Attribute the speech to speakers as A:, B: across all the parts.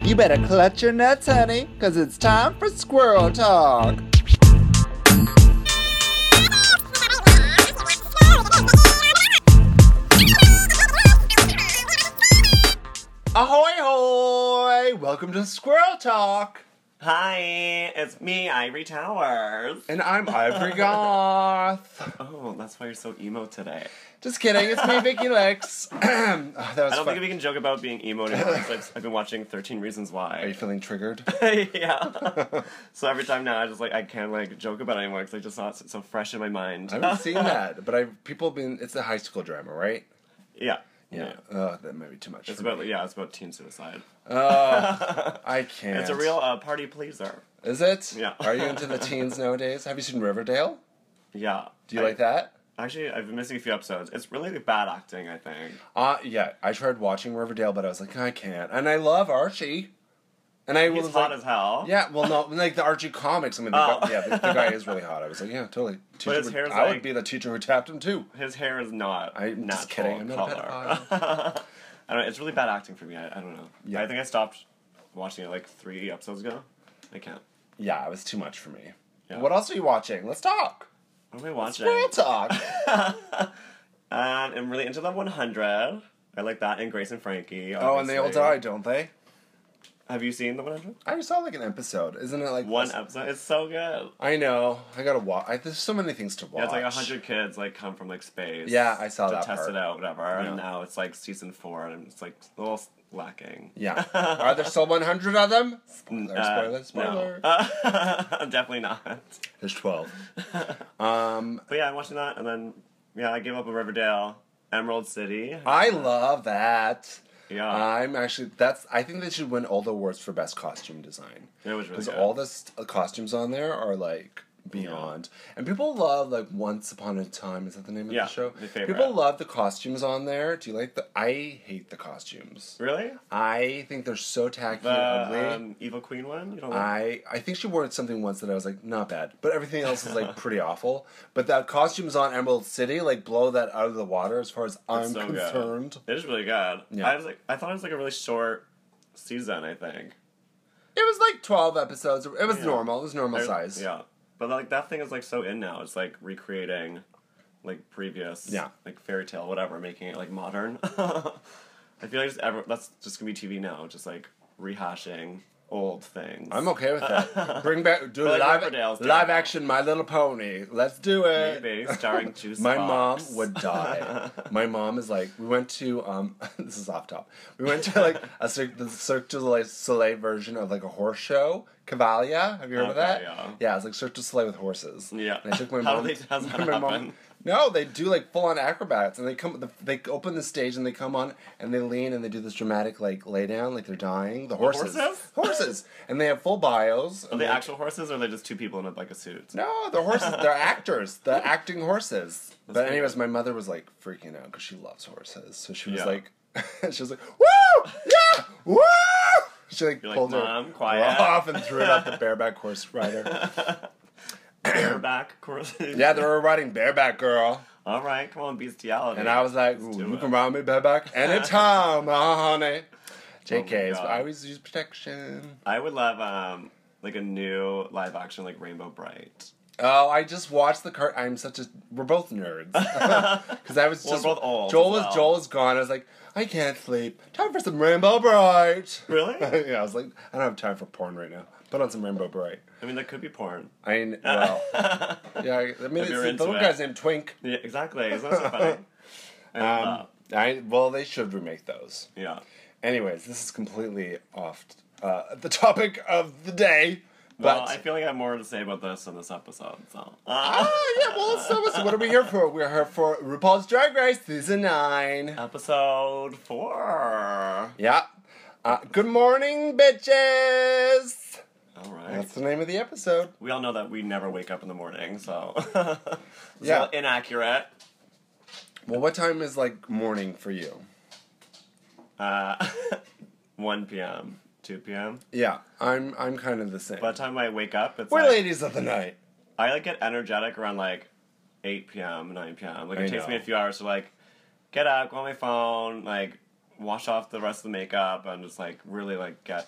A: You better clutch your nuts, honey, because it's time for squirrel talk. Ahoy, hoy! Welcome to Squirrel Talk.
B: Hi, it's me, Ivory Towers.
A: And I'm Ivory Goth.
B: Oh, that's why you're so emo today.
A: Just kidding, it's me, Vicky Lex. oh, that was
B: I don't
A: fun.
B: think we can joke about being emo anymore because I've, I've been watching 13 Reasons
A: Are you
B: Why.
A: feeling triggered?
B: yeah. so every time now, I just like, I can't like joke about it anymore because I just saw it so fresh in my mind.
A: I haven't seen that, but I people have been. It's a high school drama, right?
B: yeah. Yeah.
A: Oh, that might be too much.
B: It's
A: for me.
B: about, yeah, it's about teen suicide.
A: Oh, Ugh, I can't.
B: It's a real uh, party pleaser.
A: Is it?
B: Yeah.
A: Are you into the teens nowadays? Have you seen Riverdale?
B: Yeah.
A: Do you
B: I-
A: like that?
B: Actually, I've been missing a few episodes. It's really like, bad acting, I think.
A: Uh yeah. I tried watching Riverdale, but I was like, I can't. And I love Archie. And I
B: He's
A: was
B: hot
A: like,
B: as hell.
A: yeah. Well, no, like the Archie comics. I mean, the
B: Oh.
A: guy, yeah, the, the guy is really hot. I was like, yeah, totally. Teacher
B: his
A: would-
B: hair's
A: I would
B: like-
A: be the teacher who tapped him too.
B: His hair is not.
A: I'm
B: natural
A: just kidding. I'm not a
B: color. I don't know. It's really bad acting for me. I, I don't know.
A: Yeah.
B: I think I stopped watching it like three episodes ago. I can't.
A: Yeah, it was too much for me.
B: Yeah.
A: What else are you watching? Let's talk.
B: What am I watching?
A: Squirrel talk.
B: Um, I'm really into the 100. I like that and Grace and Frankie.
A: oh, and they all
B: obviously.
A: die, don't they?
B: Have you seen the 100?
A: I saw like an episode. Isn't it like
B: One episode. It's so good.
A: I know. I gotta watch. I, there's so many things to watch.
B: Yeah, it's like 100 kids like come from like space.
A: Yeah, I saw
B: to
A: that
B: test
A: part.
B: it out, whatever.
A: Yeah.
B: And now it's like season four, and it's like a little lacking.
A: Yeah. Are there still 100 of them? Spoiler,
B: Uh,
A: spoiler, spoiler.
B: No. Definitely not.
A: There's 12. um,
B: But yeah, I'm watching that, and then yeah, I gave up on Riverdale, Emerald City.
A: I love that.
B: Yeah,
A: I'm actually that's I think they should win all the awards for best costume design.
B: it was really
A: Because
B: good.
A: all the st- costumes on there are like beyond, and people love like Once Upon a Time. Is that the name of
B: Yeah,
A: the show?
B: my favorite.
A: People love the costumes on there. Do you like the? I hate the costumes.
B: really
A: I think they're so tacky
B: the
A: and ugly.
B: um, Evil Queen one. You don't like?
A: I I think she wore something once that I was like, not bad. But everything else is like pretty awful. But that costumes on Emerald City, like blow that out of the water as far as I'm
B: so good.
A: concerned.
B: It is really good.
A: Yeah.
B: I was like, I thought it was like a really short season. I think
A: It was like twelve episodes. It was
B: Yeah.
A: normal. It was normal
B: There-
A: size.
B: Yeah, but like that thing is like so in now. It's like recreating like previous
A: Yeah.
B: like fairy tale whatever, making it like modern. I feel like just ever that's just gonna be TV now, just like rehashing old things.
A: I'm okay with that. Bring back do
B: But, like,
A: live
B: Riverdale's doing
A: live
B: that.
A: action My Little Pony. Let's do it.
B: Maybe, starring Juice
A: My
B: Box.
A: mom would die. My mom is like, we went to um, this is off top. We went to like a Cir- the Cirque du Soleil- Soleil version of like a horse show, Cavalia. Have you heard of
B: Okay,
A: that?
B: yeah.
A: yeah, it's like Cirque du Soleil with horses.
B: Yeah.
A: and I took my
B: How
A: mom.
B: do they- how's that
A: my mom-
B: happen?
A: No, they do like full on acrobats, and they come. They open the stage and they come on and they lean and they do this dramatic like lay down, like they're dying. The horses,
B: horses?
A: horses, and they have full bios.
B: Are
A: and
B: they
A: like-
B: actual horses or are they just two people in a, like a suit?
A: no, the horses. They're actors. They're acting horses. but
B: good.
A: anyways, my mother was like freaking out because she loves horses. So she was
B: Yeah.
A: like, she was like, woo, yeah, woo. She like
B: You're like,
A: pulled her
B: "Mom, quiet."
A: bra off and threw it at the bareback horse rider.
B: Bareback horses.
A: yeah, they were riding bareback, girl.
B: All right, come on, bestiality.
A: And I was like,
B: Let's
A: "Ooh,
B: do
A: you
B: it." Oh
A: can ride me bareback anytime, uh, honey. JK,
B: God.
A: I always use protection.
B: I would love um like a new live action like Rainbow Bright.
A: Oh, I just watched the cart. I'm such a. We're both nerds. Because I was
B: Well,
A: just.
B: we're both old
A: Joel
B: as
A: was
B: well.
A: Joel is gone. I was like, I can't sleep. Time for some Rainbow Bright.
B: Really?
A: yeah, I was like, I don't have time for porn right now. Put on some Rainbow Bright.
B: I mean, that could be porn.
A: I mean, well, yeah. I- I mean,
B: If
A: it's,
B: you're
A: the
B: into
A: little
B: it.
A: guy's named Twink.
B: Yeah, exactly. Isn't that so funny? I love
A: Um, I well, they should remake those.
B: that. Yeah.
A: Anyways, this is completely off uh, the topic of the day. But
B: well, I feel like I have more to say about this in this episode. So uh,
A: Ah, yeah, well, so, so what are we here for? We're here for RuPaul's Drag Race season nine.
B: episode four.
A: Yeah. Uh, good morning, bitches.
B: All right.
A: That's the name of the episode.
B: We all know that we never wake up in the morning, so it's
A: Yeah.
B: all inaccurate.
A: Well, what time is like morning for you?
B: Uh, 1 p.m., 2 p.m.
A: Yeah, I'm I'm kind of the same.
B: By the time I wake up, it's
A: We're
B: like,
A: ladies of the night.
B: I like get energetic around like 8 p.m., 9 p.m. Like it
A: I
B: takes me
A: know.
B: a few hours to like get up, go on my phone, like wash off the rest of the makeup, and just like really like get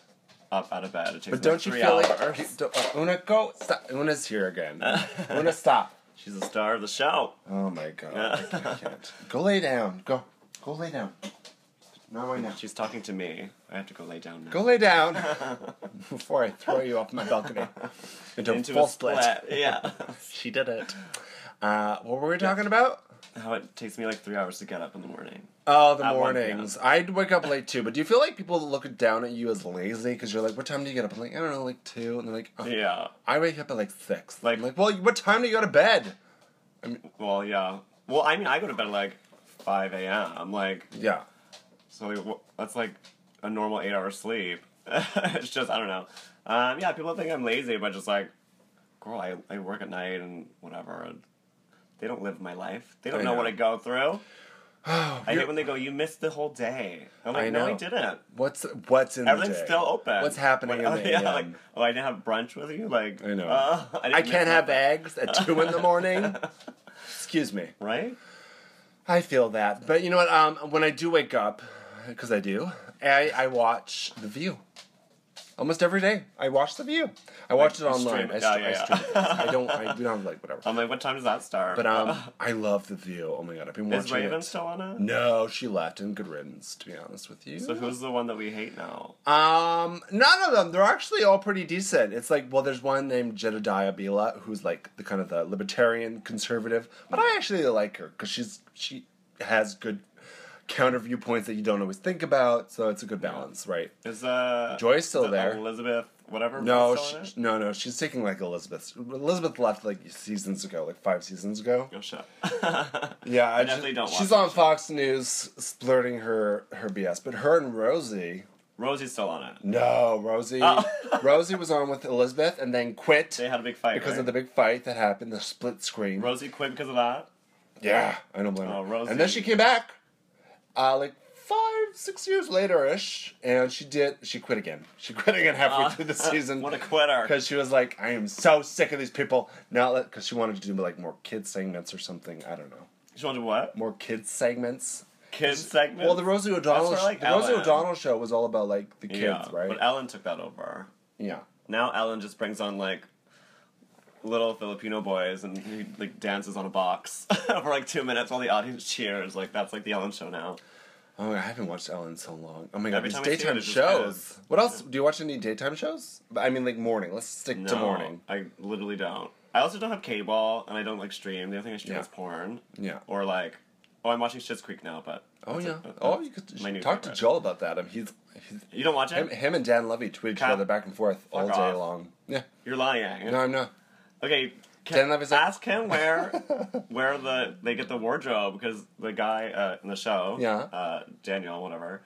B: up out of bed. It takes
A: But don't you
B: three
A: feel
B: hours.
A: like you don't- uh, Una go? Stop. Una's here again. Una, stop.
B: She's the star of the show.
A: Oh my god, I can't. I can't. Go lay down. Go, go lay down. Not right now.
B: She's talking to me. I have to go lay down now.
A: Go lay down before I throw you off my balcony into,
B: into
A: a full
B: a split.
A: split.
B: Yeah.
A: She did it. Uh, what were we talking about?
B: How it takes me like three hours to get up in the morning.
A: Oh, the
B: At 1 p.m.
A: mornings. I'd wake up late too. But do you feel like people look down at you as lazy because you're like, what time do you get up? I'm like, I don't know, like two, and they're like, oh,
B: Yeah.
A: I wake up at like six.
B: Like-
A: I'm like, well, what time do you go to bed?
B: Well, yeah. Well, I mean, I go to bed at like 5 a.m. I'm like,
A: Yeah.
B: so like, wh- that's like a normal eight hour sleep. it's just, I don't know. Um, yeah, people think I'm lazy, but just like, girl, I, I work at night and whatever. And they don't live my life. They don't
A: I
B: know,
A: know. Oh,
B: what I go through. I
A: you're-
B: hate when they go, you missed the whole day. I'm like,
A: I
B: no, I
A: know.
B: didn't.
A: What's what's in
B: Everything's
A: the day?
B: still open.
A: What's happening
B: Like,
A: in the
B: yeah,
A: AM?
B: like, oh, I didn't have brunch with you? Like,
A: I know.
B: uh, I, didn't
A: I
B: miss
A: can't have
B: nothing.
A: eggs at two in the morning. Excuse me.
B: Right?
A: I feel that, but you know what? Um, when I do wake up, because I do, I, I watch The View. Almost every day, I watch The View. I watch
B: you
A: it online.
B: stream it.
A: I,
B: Yeah, yeah,
A: I, stream it. I don't. I we don't have like whatever.
B: I'm like, what time does that start?
A: But um, I love The View. Oh my god, I've been
B: is
A: watching
B: Raven
A: it.
B: still on it?
A: No, she left, and good riddance. To be honest with you.
B: So who's the one that we hate now?
A: Um, none of them. They're actually all pretty decent. It's like, well, there's one named Jedediah Bila who's like the kind of the libertarian conservative, but I actually like her because she's she has good counter viewpoints that you don't always think about, so it's a good balance, right?
B: Is uh
A: Joy's still
B: is it
A: there.
B: Elizabeth, whatever.
A: No,
B: still on
A: she, no, no. She's taking like Elizabeth. Elizabeth left like seasons ago, like five seasons ago.
B: it? Oh, shit.
A: Yeah, I,
B: definitely
A: just-
B: don't watch
A: She's
B: that
A: on Fox News, splurting her her BS, but her and Rosie.
B: Rosie's still on it.
A: No, Rosie. Rosie was on with Elizabeth and then quit
B: Oh. They had a big fight
A: because
B: right?
A: of the big fight that happened, the split screen.
B: Rosie quit because of that.
A: yeah, I don't blame her.
B: Oh, Rosie.
A: And then she came back, uh, like five, six years later ish, and she did. She quit again. She quit again halfway
B: Uh,
A: through the season.
B: what a quitter!
A: Because she was like, I am so sick of these people. Now, because she wanted to do like more kids segments or something. I don't know,
B: She wanted what?
A: more kids segments.
B: Kids segment.
A: Well, the Rosie O'Donnell,
B: where, like,
A: the Rosie
B: Ellen-
A: O'Donnell show was all about like the kids,
B: yeah,
A: right?
B: But Ellen took that over.
A: yeah.
B: Now Ellen just brings on like little Filipino boys and he like dances on a box for like two minutes while the audience cheers. Like that's like the Ellen show now.
A: Oh, I haven't watched Ellen in so long. Oh my god,
B: Every
A: these
B: time I see it,
A: daytime
B: it just
A: shows.
B: ends.
A: What else? Do you watch any daytime shows? I mean, like morning. Let's stick to morning.
B: I literally don't. I also don't have cable, and I don't like stream. The only thing I stream
A: Yeah.
B: is porn.
A: Yeah.
B: Or like, oh, I'm watching Shit's Creek now, but
A: Oh
B: that's
A: yeah.
B: it.
A: Oh, you could
B: my new
A: talk to
B: favorite.
A: Joel about that. I mean, he's, he's
B: you don't watch it?
A: him, him and Dan Levy tweet each
B: Cut.
A: other back and forth all
B: Fuck
A: day
B: off.
A: long. Yeah.
B: You're lying.
A: No, I'm not.
B: Okay. Can,
A: Dan Levy's like-
B: ask him where where the they get the wardrobe because the guy uh, in the show,
A: Yeah.
B: uh, Daniel, whatever.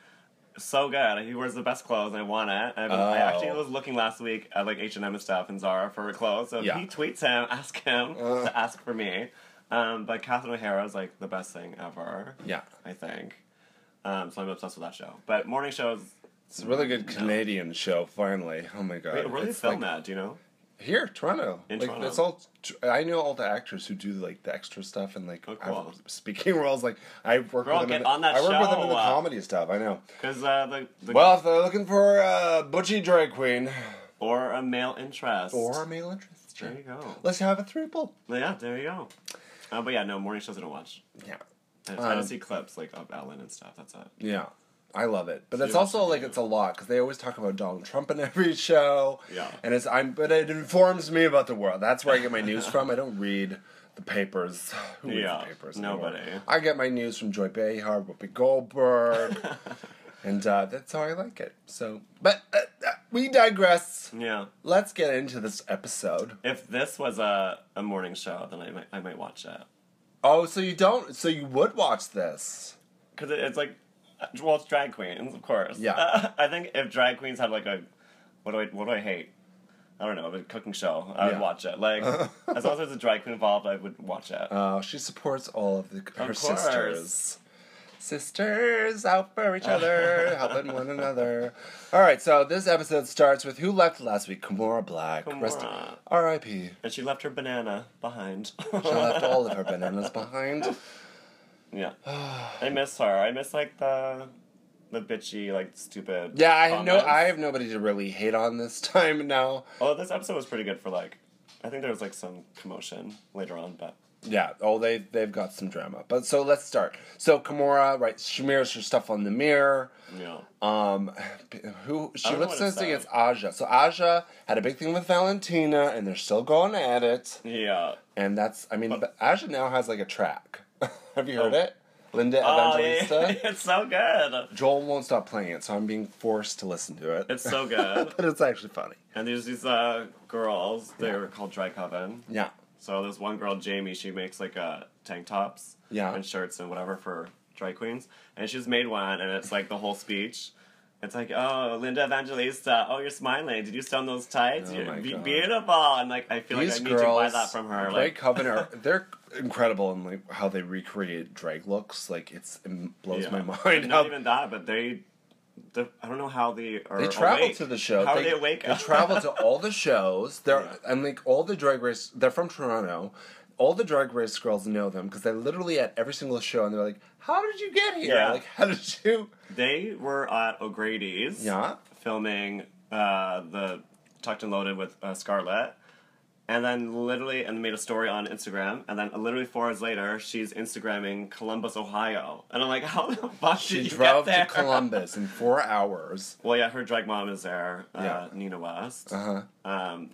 B: So good. He wears the best clothes, and I want it. And
A: Oh.
B: I actually was looking last week at like H and M and stuff and Zara for clothes. So if
A: Yeah.
B: he tweets him, ask him
A: Uh.
B: to ask for me. Um, but Catherine O'Hara is like the best thing ever.
A: Yeah.
B: I think. Um, so I'm obsessed with that show. But morning shows,
A: It's a really good Canadian show. Finally. Oh my god.
B: wait, where do they
A: It's
B: film
A: like-
B: that? Do you know?
A: Here, Toronto.
B: In
A: like
B: Toronto.
A: that's all. tr- I know all the actors who do like the extra stuff and like
B: Oh, cool.
A: I've- speaking roles. Like I work
B: Girl,
A: with them.
B: get
A: in the,
B: on that
A: I work with them in
B: show,
A: the
B: uh,
A: comedy stuff. I know.
B: Because uh, the, the
A: Well, if they're looking for a butchy drag queen
B: or a male interest
A: or a male interest,
B: There you go.
A: let's have a triple.
B: Yeah, there you go. Uh, but yeah, no morning shows I don't watch.
A: Yeah,
B: I just, I
A: Um,
B: just see clips like of Ellen and stuff. That's it.
A: yeah, I love it. But it's
B: Yeah.
A: also like it's a lot because they always talk about Donald Trump in every show.
B: Yeah.
A: and it's I'm but it informs me about the world. That's where I get my news from. I don't read. The papers. Who reads
B: Yeah,
A: the papers?
B: nobody.
A: anymore? I get my news from Joy Behar, Whoopi Goldberg, and uh, that's how I like it. So, but uh, uh, we digress.
B: Yeah.
A: Let's get into this episode.
B: If this was a, a morning show, then I might I might watch it
A: Oh, so you don't? So you would watch this?
B: because it, it's like uh, well, it's drag queens, of course.
A: Yeah.
B: I think if drag queens had like a what do I what do I hate? I don't know, a cooking show. I
A: Yeah.
B: would watch it. Like as long as there's a drag queen involved, I would watch it.
A: Uh, she supports all of the, her
B: course.
A: sisters. Sisters out for each other, helping one another. All right, so this episode starts with who left last week? Kimora Black. Rest-
B: Kimora.
A: R.I.P.
B: and she left her banana behind.
A: She left all of her bananas behind.
B: Yeah. I miss her. I miss like the the bitchy, like stupid.
A: Yeah, I have no,
B: comments.
A: I have nobody to really hate on this time now.
B: Although Oh, this episode was pretty good for like, I think there was like some commotion later on, but
A: Yeah, oh, they they've got some drama. But so let's start. So Kimura, right? She mirrors her stuff on the mirror.
B: you know,
A: Um, who she
B: I don't know
A: lip
B: what it
A: syncs
B: said.
A: against Aja. So Aja had a big thing with Valentina, and they're still going at it.
B: yeah.
A: And that's, I mean, but Aja now has like a track. have you heard it? Linda
B: Oh, yeah,
A: Evangelista.
B: it's so good.
A: Joel won't stop playing it, so I'm being forced to listen to it.
B: It's so good.
A: but it's actually funny.
B: and there's these uh, girls. They were called Dry Coven.
A: Yeah.
B: So there's one girl, Jamie. She makes like uh, tank tops,
A: Yeah.
B: and shirts and whatever for dry queens. And she's made one, and it's like the whole speech. It's like, oh, Linda Evangelista, oh, you're smiling. Did you sew those tights?
A: Oh
B: you're
A: my
B: be-
A: God.
B: beautiful. And like, I feel like I need to buy that from her.
A: Drake
B: Like,
A: Coven are they're incredible in like how they recreate Drake looks. Like it's it blows
B: yeah.
A: my mind.
B: Not
A: How,
B: even that, but they, the, I don't know how they are.
A: they travel
B: awake.
A: to the show.
B: How
A: they,
B: are they awake?
A: They travel to all the shows. They're
B: Yeah.
A: and like all the drag race. They're from Toronto. All the drag race girls know them because they're literally at every single show, and they're like, "How did you get here?
B: Yeah.
A: Like, how did you?"
B: They were at O'Grady's.
A: Yeah.
B: Filming uh, the Tucked and Loaded with uh, Scarlett. And then literally, and made a story on Instagram. And then literally four hours later, she's Instagramming Columbus, Ohio. And I'm like, how the fuck
A: She
B: did you
A: drove
B: get there?
A: to Columbus in four hours.
B: Well, yeah, her drag mom is there, uh,
A: Yeah.
B: Nina West.
A: Uh huh.
B: Um,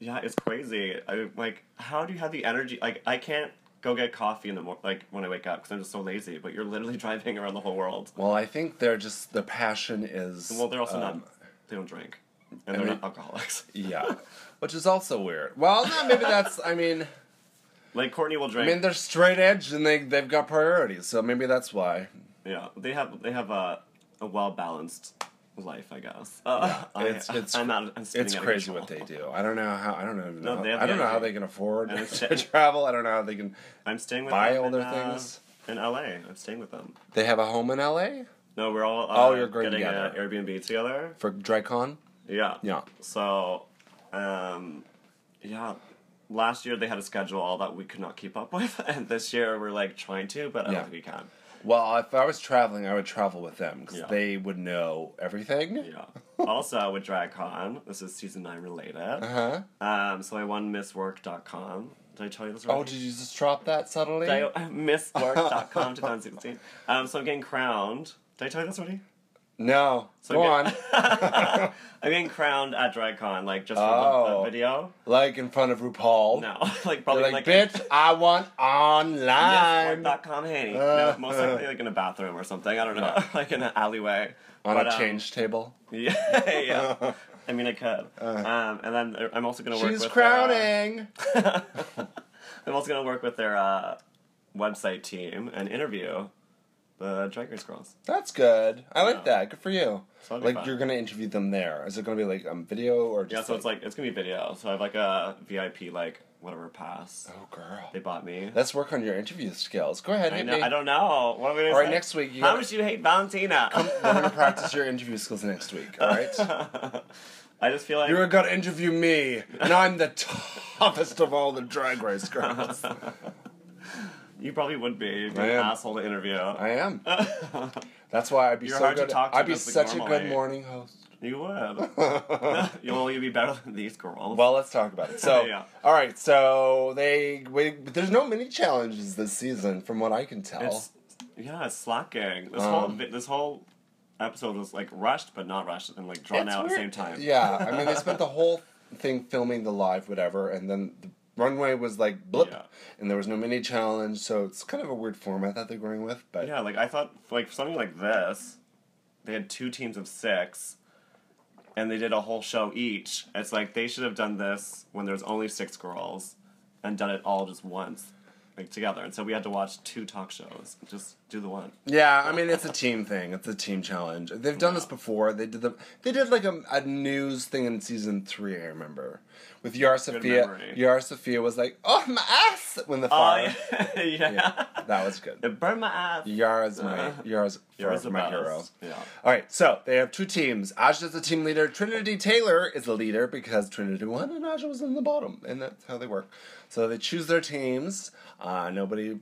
B: yeah, it's crazy. I like, how do you have the energy? Like, I can't go get coffee in the morning, like when I wake up, because I'm just so lazy. But you're literally driving around the whole world.
A: Well, I think they're just the passion is.
B: Well, they're also
A: um,
B: not. They don't drink, and they're
A: mean-
B: not alcoholics.
A: Yeah, which is also weird. Well, no, maybe that's. I mean,
B: Like Courtney will
A: I
B: drink.
A: mean they're straight edge and they they've got priorities, so maybe that's why.
B: yeah, they have they have a a well balanced life, I guess. Uh, I,
A: it's- it's-
B: I'm not. I'm spinning
A: It's
B: out of
A: crazy
B: control.
A: what they do. I don't know how. I don't know.
B: No, they have
A: I don't
B: the
A: know how
B: energy.
A: they can afford
B: And it's-
A: to travel. I don't know how they can
B: I'm staying with
A: buy
B: them
A: all their
B: in, uh,
A: things.
B: in L.A. I'm staying with them.
A: They have a home in L.A.
B: No, we're all. Uh,
A: Oh, you're going
B: getting an
A: together.
B: Airbnb together.
A: for DryCon.
B: Yeah.
A: Yeah.
B: So, um, yeah. Last year they had a schedule that we could not keep up with, and this year we're like trying to, but I
A: Yeah.
B: don't think we can.
A: Well, if I was traveling, I would travel with them because
B: Yeah.
A: they would know everything.
B: Yeah. also with DragCon, this is season nine related.
A: Uh huh.
B: Um, so I won MissWork.com. Did I tell you this already?
A: Oh, did you just drop that subtly?
B: Did I, MissWork.com 2016. Um, so I'm getting crowned. Did I tell you this already?
A: no.
B: So
A: Go
B: I'm
A: on.
B: get- I'm getting crowned at DragCon, like just for the, the
A: Oh.
B: video.
A: like in front of RuPaul.
B: No, like
A: They're
B: probably
A: like,
B: like,
A: bitch, I want online.
B: MissWork.com, hey.
A: Uh,
B: no, most likely like in a bathroom or something. I don't know, like in an alleyway.
A: on
B: But,
A: a
B: um,
A: change table.
B: Yeah, yeah. I mean, I could. um, and then I'm also gonna work.
A: Uh. She's
B: with their, uh,
A: crowning.
B: I'm also gonna work with their uh, website team and interview the Drag Race girls.
A: That's good. I like
B: Yeah.
A: that. Good for you.
B: So that'd be
A: Like
B: fun.
A: you're gonna interview them there. Is it gonna be like um video or just
B: Yeah, so it's like it's gonna be video. So I have like a VIP like whatever pass
A: oh girl.
B: they bought me.
A: Let's work on your interview skills. Go ahead,
B: I,
A: hit
B: know,
A: me.
B: I don't know. What are we gonna
A: All right,
B: say?
A: next week you
B: How
A: gotta-
B: much you hate Valentina?
A: We're gonna practice your interview skills next week. All right.
B: I just feel like
A: You're gonna interview me, and I'm the toughest of all the drag race girls.
B: you probably would be You'd be
A: I
B: an
A: am.
B: asshole to interview.
A: I am. That's why I'd be
B: You're
A: so
B: hard to
A: good.
B: talk to
A: I'd be
B: just, like,
A: such a good
B: normally.
A: morning host.
B: you would. You'll you'd be better than these girls.
A: Well, let's talk about it. So,
B: Yeah.
A: all right. So they wait, but there's no mini challenges this season, from what I can tell.
B: It's, yeah, it's slacking. This whole
A: Um,
B: vi- this whole episode was like rushed, but not rushed, and like drawn
A: It's
B: out
A: weird.
B: at the same time.
A: Yeah, I mean, they spent the whole thing filming the live whatever, and then the runway was like blip,
B: Yeah.
A: and there was no mini challenge. So it's kind of a weird format that they're going with. But
B: Yeah, like I thought, like for something like this, they had two teams of six, and they did a whole show each. It's like they should have done this when there's only six girls, and done it all just once, like together. And so we had to watch two talk shows. Just do the one.
A: yeah, I mean, it's a team thing. It's a team challenge. They've done this before. They did the they did like a, a news thing in season three. I remember with Yara Sofia.
B: memory.
A: Yara Sofia was like, "Oh my ass!" when the
B: Oh
A: fire.
B: yeah, yeah.
A: That was good.
B: It burned my ass.
A: Yara's my Yara's
B: Yours
A: forever my
B: Uh-huh. about
A: hero.
B: us. Yeah.
A: All right, so they have two teams. Aja's the team leader. Trinity Taylor is the leader because Trinity won and Aja was in the bottom, and that's how they work. So they choose their teams. Uh, nobody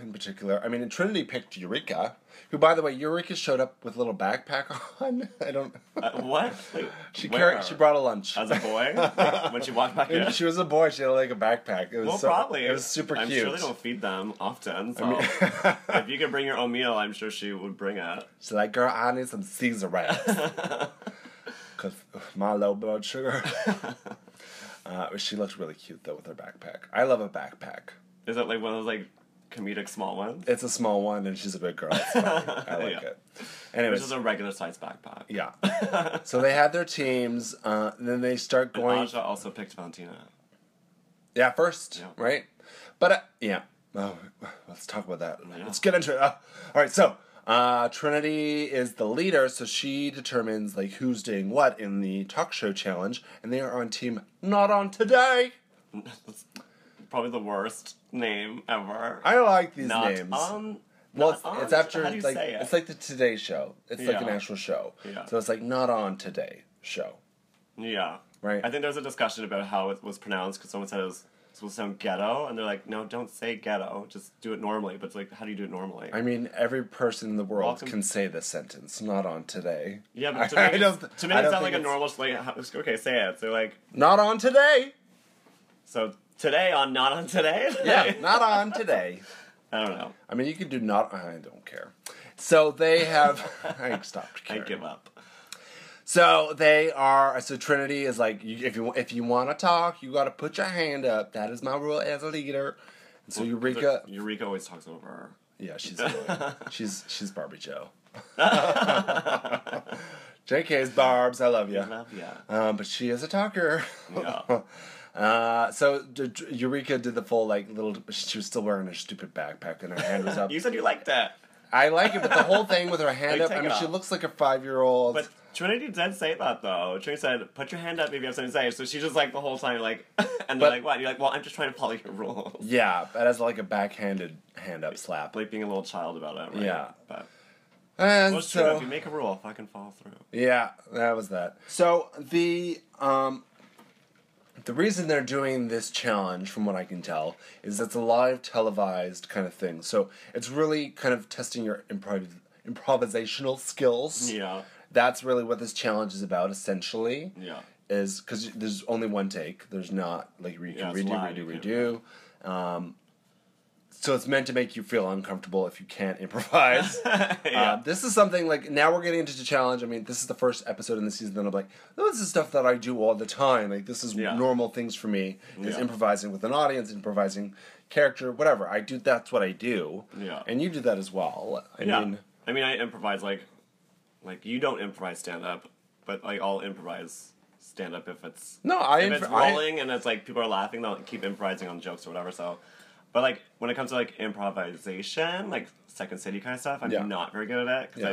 A: in particular. I mean, and Trinity picked Eureka, who, by the way, Eureka showed up with a little backpack on. I don't.
B: Uh, what? Like,
A: She
B: where?
A: carried, she brought a lunch.
B: as a boy when she walked back in.
A: She was a boy. She had like a backpack. It was
B: Well,
A: so-
B: probably.
A: It was super
B: I'm
A: cute.
B: sure they don't feed them often, so if you could bring your own meal, I'm sure she would bring it.
A: She's like, girl, I need some Caesar wraps. Because my low blood sugar. uh, but she looks really cute, though, with her backpack. I love a backpack.
B: Is it like one of those like comedic small ones?
A: It's a small one, and she's a big girl. It's funny. I like
B: Yeah.
A: it.
B: It's
A: Anyways,
B: just a regular sized backpack.
A: yeah. so they had their teams, uh, and then they start going.
B: Aja also picked Valentina.
A: Yeah, first,
B: Yeah.
A: right? But uh, yeah, oh, let's talk about that.
B: Yeah.
A: Let's get into it. Uh, all right, so uh, Trinity is the leader, so she determines like who's doing what in the talk show challenge, and they are on team not on today.
B: That's probably the worst name ever.
A: I like these
B: not
A: names.
B: on.
A: well,
B: not
A: it's, it's
B: on-
A: after
B: How do you
A: like
B: say it?
A: it's like the Today Show. It's like an
B: Yeah.
A: actual show,
B: Yeah.
A: so it's like not on today show.
B: yeah,
A: Right.
B: I think there was a discussion about how it was pronounced because someone said it was supposed to sound ghetto, and they're like, no, don't say ghetto, just do it normally. But it's like, how do you do it normally?
A: I mean, every person in the world
B: Welcome-
A: can say this sentence. Not on today.
B: Yeah, but to
A: I
B: make it,
A: don't-
B: to me
A: I
B: it
A: don't think
B: sounds like a
A: it's-
B: normal like how- okay, say it. So like
A: Not on today.
B: so today on not on today.
A: Yeah, not on today.
B: I don't know.
A: I mean, you could do not. I don't care. So they have. I stopped
B: I
A: caring.
B: give up.
A: So they are. So Trinity is like, you, if you if you want to talk, you got to put your hand up. That is my rule as a leader. And so Eureka.
B: Eureka always talks over. her.
A: Yeah, she's she's she's Barbie Joe. JK's Barb's. I love you.
B: Love ya.
A: Um, but she is a talker.
B: Yeah.
A: Uh, so d- d- Eureka did the full like little. She was still wearing her stupid backpack, and her hand was up.
B: You said you liked it,
A: I like it, but the whole thing with her hand
B: Like,
A: up.
B: take
A: I
B: it
A: mean, she
B: off.
A: looks like a five year old.
B: but Trinity did say that though. Trinity said, "Put your hand up if you have something to say." So she's just like the whole time, like, and
A: But-
B: they're like, "What?" And you're like, "Well, I'm just trying to follow your rules."
A: Yeah, but as like a backhanded hand up slap.
B: Like being a little child about it, right?
A: Yeah.
B: But
A: and
B: well, it's true.
A: so,
B: If you make a rule, I'll fucking follow through.
A: yeah, that was that. So the um, the reason they're doing this challenge, from what I can tell, is it's a live televised kind of thing. So it's really kind of testing your improv improvisational skills.
B: Yeah.
A: That's really what this challenge is about, essentially.
B: Yeah.
A: is because there's only one take. There's not like where you
B: Yeah,
A: can
B: it's
A: redo,
B: live, you
A: redo,
B: can't
A: redo. Um, so it's meant to make you feel uncomfortable if you can't improvise.
B: Yeah.
A: Uh, this is something like now we're getting into the challenge. I mean, this is the first episode in the season that I'm like, oh, this is stuff that I do all the time. Like this is
B: Yeah.
A: normal things for me. Is
B: Yeah.
A: improvising with an audience, improvising character, whatever. I do. That's what I do.
B: Yeah.
A: And you do that as well. I
B: Yeah.
A: mean,
B: I mean, I improvise like, like you don't improvise stand up, but like I'll improvise stand up if it's
A: no, I.
B: if it's
A: improv- I-
B: rolling and it's like people are laughing, they'll keep improvising on jokes or whatever. So, but like when it comes to like improvisation, like Second City kind of stuff, I'm
A: Yeah.
B: not very good at it because
A: Yeah.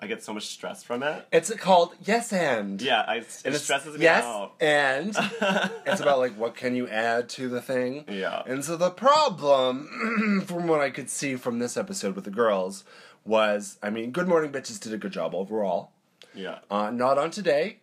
B: I, I get so much stress from it.
A: it's called yes and.
B: Yeah, I it
A: And it's-
B: stresses me
A: yes,
B: out.
A: and it's about like what can you add to the thing.
B: Yeah.
A: And so the problem, from what I could see from this episode with the girls, was I mean, Good Morning Bitches did a good job overall.
B: Yeah,
A: Uh, not on today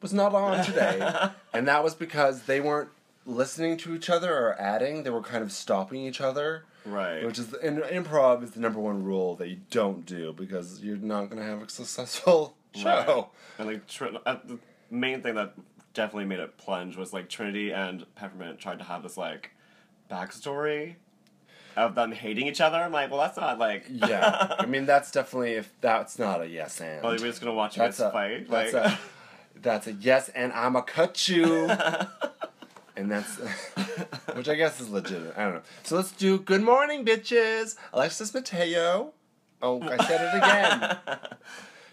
A: was not on today, and that was because they weren't listening to each other or adding. They were kind of stopping each other.
B: Right.
A: Which is in improv is the number one rule that you don't do because you're not going to have a successful show.
B: Right. And like Trin- uh, the main thing that definitely made it plunge was like Trinity and Peppermint tried to have this like backstory of them hating each other. I'm like, well, that's not like.
A: yeah, I mean that's definitely if that's not a yes and.
B: Are we just gonna watch you guys
A: that's a
B: fight? Like,
A: that's a that's a yes and I'ma cut you. and that's which I guess is legitimate. I don't know. So let's do good morning, bitches. Alexis Mateo. Oh, I said it again.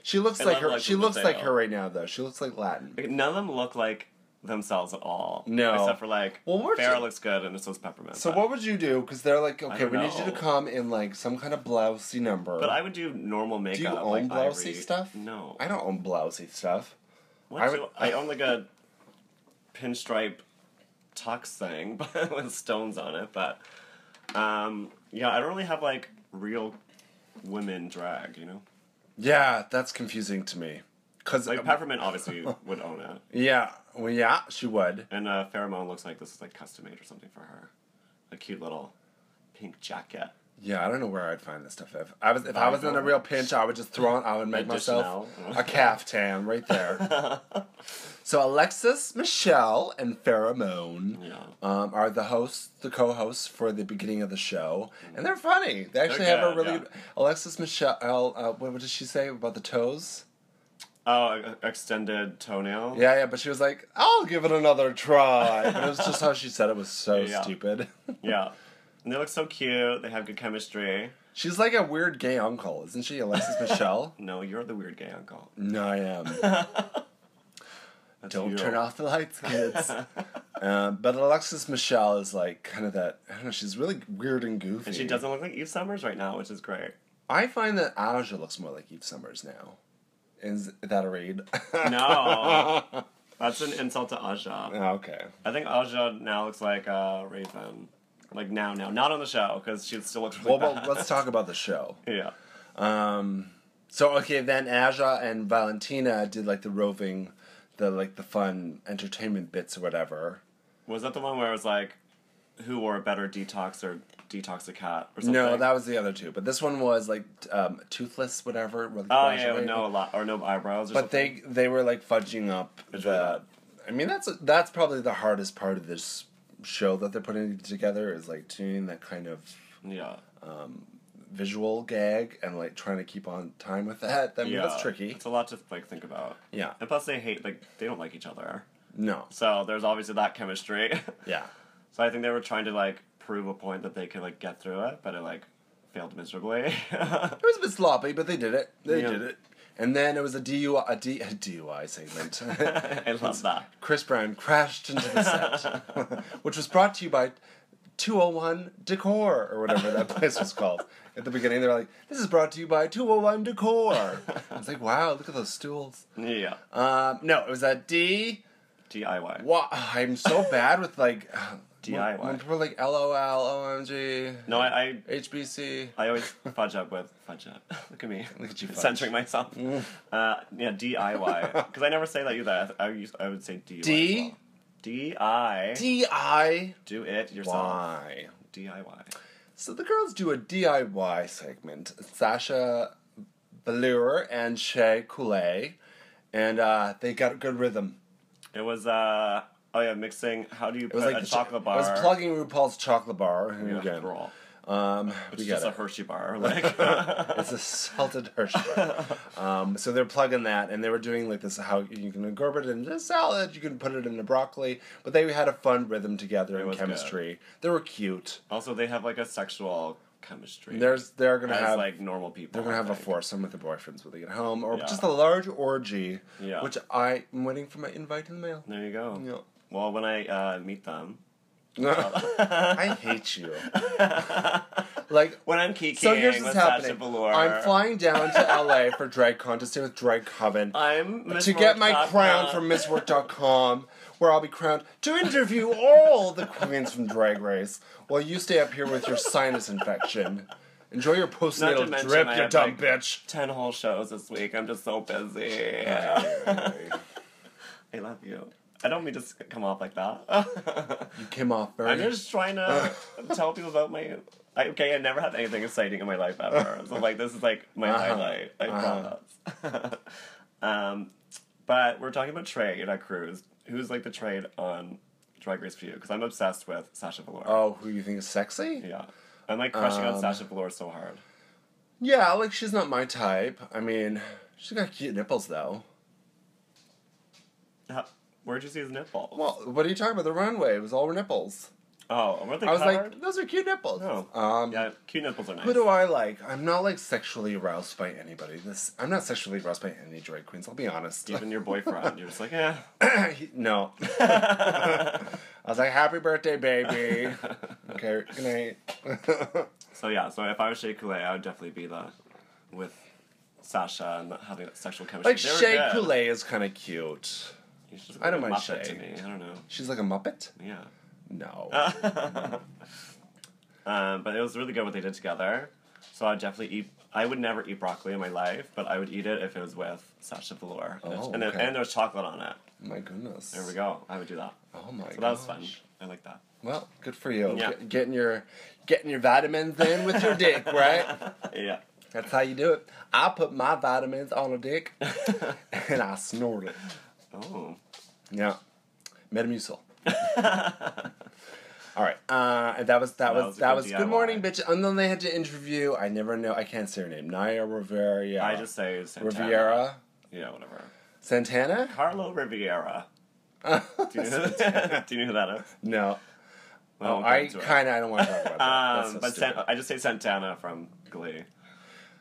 A: She looks
B: I
A: like
B: love
A: her.
B: Alexis
A: she looks like
B: Mateo.
A: her right now, though. She looks like Latin.
B: like, none of them look like themselves at all.
A: No.
B: except for like,
A: Well,
B: well,
A: we're
B: Farrah
A: ju-
B: looks good, and this was Peppermint.
A: So
B: but-
A: what would you do? Because they're like, okay,
B: don't
A: we need you to
B: know.
A: come in like some kind of blousey number.
B: But I would do normal makeup.
A: do you
B: like
A: own blousey
B: Ivory.
A: stuff?
B: No,
A: I don't own blousey stuff.
B: What
A: I
B: I,
A: would-
B: I own like a pinstripe tux thing but with stones on it, but um, yeah, I don't really have like real women drag, you know?
A: Yeah, that's confusing to me. Cause um,
B: Like Peppermint obviously would own it.
A: yeah, well, yeah, she would.
B: And uh, Pheromone looks like this is like custom made or something for her. A cute little pink jacket.
A: Yeah, I don't know where I'd find this stuff. If I was, if I,
B: I
A: was in a
B: don't-
A: real pinch, I would just throw on. I would make
B: Yeah, just
A: myself
B: now.
A: a caftan right there. so Alexis, Michelle, and Pheromone
B: Yeah.
A: um, are the hosts, the co-hosts for the beginning of the show, and they're funny. They actually have a
B: good,
A: really
B: yeah.
A: Alexis Michelle. Uh, what, what did she say about the toes?
B: Oh, e- extended toenail.
A: Yeah, yeah, but she was like, "I'll give it another try." But it was just how she said it was so
B: Yeah.
A: stupid.
B: Yeah. And they look so cute. They have good chemistry.
A: She's like a weird gay uncle, isn't she, Alexis Michelle?
B: No, you're the weird gay uncle.
A: No, I am.
B: That's
A: Don't
B: you.
A: turn off the lights, kids. um, but Alexis Michelle is like kind of that. I don't know. She's really weird and goofy.
B: And she doesn't look like Eve Summers right now, which is great.
A: I find that Aja looks more like Eve Summers now. Is that a read?
B: No. That's an insult to Aja.
A: Oh, okay.
B: I think Aja now looks like uh, Raven. Like now, now. Not on the show, because she still looks
A: Well,
B: really
A: well,
B: bad.
A: let's talk about the show.
B: Yeah.
A: So okay, then Aja and Valentina did like the roving, the like the fun entertainment bits or whatever.
B: Was that the one where it was like, who wore a better detox or detox a cat or something?
A: No, that was the other two. But this one was like t- um, toothless, whatever. with
B: Oh
A: flash
B: yeah,
A: away.
B: with no a lot or no eyebrows. Or
A: But
B: something.
A: they they were like fudging up
B: It's
A: the.
B: really
A: I mean that's that's probably the hardest part of this show that they're putting together is like doing that kind of
B: yeah,
A: visual gag and like trying to keep on time with that. I mean
B: yeah,
A: that's tricky.
B: It's a lot to like think about.
A: Yeah.
B: and plus they hate like they don't like each other,
A: No.
B: so there's obviously that chemistry.
A: Yeah.
B: so I think they were trying to like prove a point that they could like get through it, but it like failed miserably.
A: It was a bit sloppy, but they did it. They
B: Yeah.
A: did it. And then it was a DUI a, D, a DUI segment.
B: I love that.
A: Chris Brown crashed into the set, which was brought to you by 201 Decor or whatever that place was called. At the beginning, they're like, "This is brought to you by 201 Decor." It's like, wow, look at those stools.
B: Yeah,
A: Um, no, it was that D.
B: DIY.
A: Why I'm so bad with like
B: DIY.
A: When people are like LOL, OMG,
B: No, I, I
A: HBC.
B: I always fudge up with fudge up. Look at me.
A: Look at you fudge. Mm.
B: Censoring myself. Uh, yeah, DIY. Because I never say that either. I, th- I, used, I would say DIY.
A: D?
B: as well. D-I.
A: D I
B: Do it yourself.
A: Y.
B: DIY.
A: So the girls do a DIY segment. Sasha Velour and Shay Coulee, and uh, they got a good rhythm.
B: It was, uh, oh yeah, mixing. How do you
A: It was
B: put
A: like
B: a
A: the
B: chocolate
A: ch-
B: bar?
A: It was plugging RuPaul's chocolate bar.
B: in
A: Here
B: a
A: we go.
B: roll?
A: Um,
B: It's
A: we
B: just
A: got
B: a
A: it.
B: Hershey bar. Like,
A: It's a salted Hershey bar. um, so they're plugging that, and they were doing like this: how you can incorporate it into salad, you can put it into broccoli. But they had a fun rhythm together and
B: was good.
A: chemistry. They were cute.
B: also, they have like a sexual chemistry.
A: There's they're gonna
B: as
A: have
B: like normal people.
A: They're gonna have
B: I
A: a
B: think.
A: foursome with the boyfriends when they get home, or
B: Yeah.
A: just a large orgy.
B: Yeah.
A: Which I am waiting for my invite in the mail.
B: There you go.
A: No.
B: Well, when I uh, meet them,
A: I hate you. like,
B: when I'm kikiing
A: so here's
B: with
A: what's
B: Sasha
A: happening.
B: Velour,
A: I'm flying down to LA for drag contesting with Drag Coven
B: I'm
A: to get my crown from MissWork.com, where I'll be crowned to interview all the queens from Drag Race, while you stay up here with your sinus infection. Enjoy your postnatal
B: mention
A: drip,
B: I
A: you
B: have,
A: dumb
B: like,
A: bitch.
B: ten whole shows this week. I'm just so busy. I love you. I don't mean to s- come off like that.
A: you came off very.
B: I'm just trying to tell people about my. I, okay, I never had anything exciting in my life ever. So like, this is like my
A: Uh-huh.
B: highlight. I promise. um, but we're talking about Trey and our cruise. Who's like the trade on Drag Race for you? Because I'm obsessed with Sasha Velour.
A: Oh, who you think is sexy?
B: Yeah, I'm like crushing
A: Um,
B: on Sasha Velour so hard.
A: Yeah, like she's not my type. I mean, she's got cute nipples though.
B: How- Where'd you see his nipple?
A: Well, what are you talking about? The runway it was all nipples.
B: oh, were they
A: I was
B: covered?
A: like, those are cute nipples.
B: No.
A: Um,
B: Oh. yeah, cute nipples are nice.
A: Who do I like? I'm not like sexually aroused by anybody. This I'm not sexually aroused by any drag queens. I'll be honest.
B: Even your boyfriend, you're just like, eh.
A: He- no. I was like, "Happy birthday, baby." okay, good night.
B: So yeah, so if I was Shea Coulee, I would definitely be there with Sasha and having that sexual chemistry.
A: Like
B: They were
A: Shay
B: good.
A: Coulee is kind of cute.
B: He's just
A: I don't
B: a
A: mind
B: Muppet
A: Shea.
B: To me, I don't know.
A: She's like a Muppet.
B: Yeah.
A: No.
B: Oh. Um, but it was really good what they did together. So I'd definitely eat. I would never eat broccoli in my life, but I would eat it if it was with Sacha Velour.
A: Oh,
B: and, then,
A: okay.
B: and there was chocolate on it.
A: My goodness.
B: There we go. I would do that.
A: Oh my
B: so
A: god.
B: that was fun. I like that.
A: Well, good for you.
B: Yeah.
A: Get- getting your getting your vitamins in with your dick, right?
B: Yeah.
A: That's how you do it. I put my vitamins on a dick and I snort it.
B: Oh.
A: Yeah. Metamucil. All right, uh, and that was that, was, that was good,
B: DIY.
A: morning, bitch. And then they had to interview. I never know. I can't say her name. Naya Rivera.
B: I just say Santana.
A: Riviera
B: Yeah, whatever.
A: Santana.
B: Carlo Riviera. Do you know, do you know who that is?
A: No,
B: Well,
A: oh,
B: we'll
A: I
B: come to it.
A: kind of I don't want to talk about that. That's
B: Um,
A: so
B: but
A: stupid.
B: San- I just say Santana from Glee.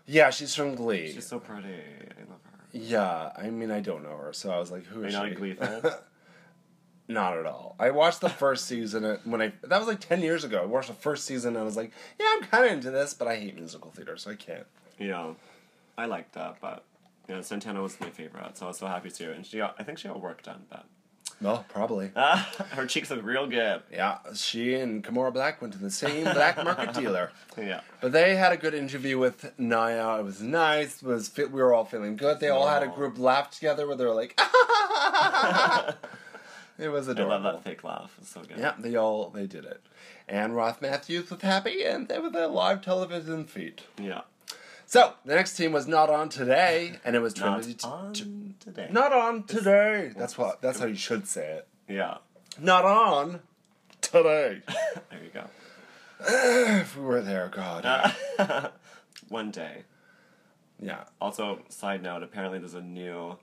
A: yeah, she's from Glee.
B: She's so pretty. I love her.
A: Yeah, I mean, I don't know her, so I was like, "Who
B: Are
A: is
B: you
A: she?"
B: not a Glee fan?
A: Not at all. I watched the first season uh, when I that was like ten years ago. I watched the first season and I was like, "Yeah, I'm kind of into this, but I hate musical theater, so I can't."
B: yeah, I liked that, but you know, Santana was my favorite, so I was so happy to see her. And she, got, I think she got work done, but
A: Well, probably.
B: Ah, her cheeks look real good.
A: Yeah, she and Kimora Black went to the same black market dealer.
B: Yeah,
A: But they had a good interview with Naya. It was nice. It was fe- we were all feeling good. They all had a
B: Aw.
A: group laugh together where they were like, it was
B: I
A: adorable.
B: love that fake laugh. It's so good.
A: Yeah, they all they did it. And Roth Matthews was happy, and they were their live television feed.
B: yeah.
A: So the next team was not on today, and it was Twin
B: Not
A: Valley T- T-
B: on today.
A: not on today. That's what. That's how you should say it.
B: Yeah.
A: Not on today.
B: There you go.
A: if we were there, God.
B: One day.
A: yeah.
B: Also, side note: apparently, there's a new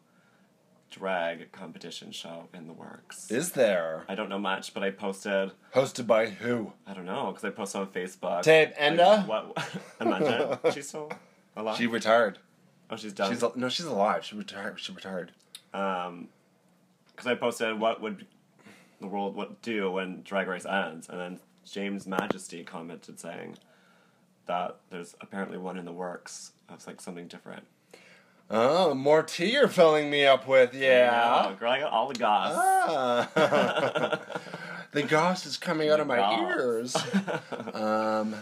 B: drag competition show in the works.
A: Is there
B: I don't know much, but I posted.
A: hosted by who?
B: I don't know because I posted on Facebook.
A: Dave Enda?
B: Like, what? Amanda? she's still alive.
A: She retired.
B: oh, she's done.
A: She's al- no, she's alive. She retired. She retired.
B: Um, because I posted what would the world what do when Drag Race ends, and then James Majesty commented saying that there's apparently one in the works of like something different.
A: Oh, more tea you're filling me up with.
B: Oh,
A: Yeah.
B: girl, I got all the goss.
A: Ah. the goss is coming out of my
B: Goss.
A: ears. Um,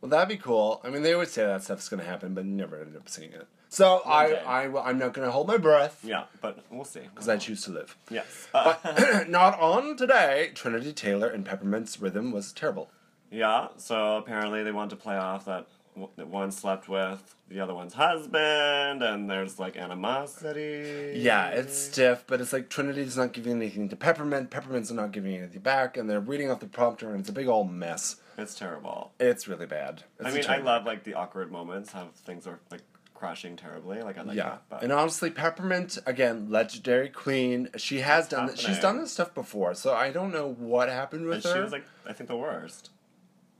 A: well, that'd be cool. I mean, they would say that stuff's gonna happen, but never ended up seeing it. So I,
B: Okay.
A: I, will- I'm not gonna hold my breath
B: Yeah, but we'll see.
A: because I choose to live.
B: Yes. Uh,
A: not on today. Trinity Taylor and Peppermint's rhythm was terrible.
B: yeah. So apparently they want to play off that w- that one slept with the other one's husband, and there's like animosity.
A: Yeah, it's stiff, but it's like Trinity's not giving anything to Peppermint, Peppermint's not giving anything back, and they're reading off the prompter, and it's a big old mess.
B: it's terrible.
A: It's really bad. It's
B: I
A: a
B: mean, I
A: terrible-
B: love like the awkward moments, how things are like crashing terribly. Like I like
A: Yeah,
B: that. But
A: and honestly, Peppermint again, legendary queen. She has done this. She's
B: happening?
A: done this stuff before, so I don't know what happened with
B: and
A: her.
B: she was like, I think the worst.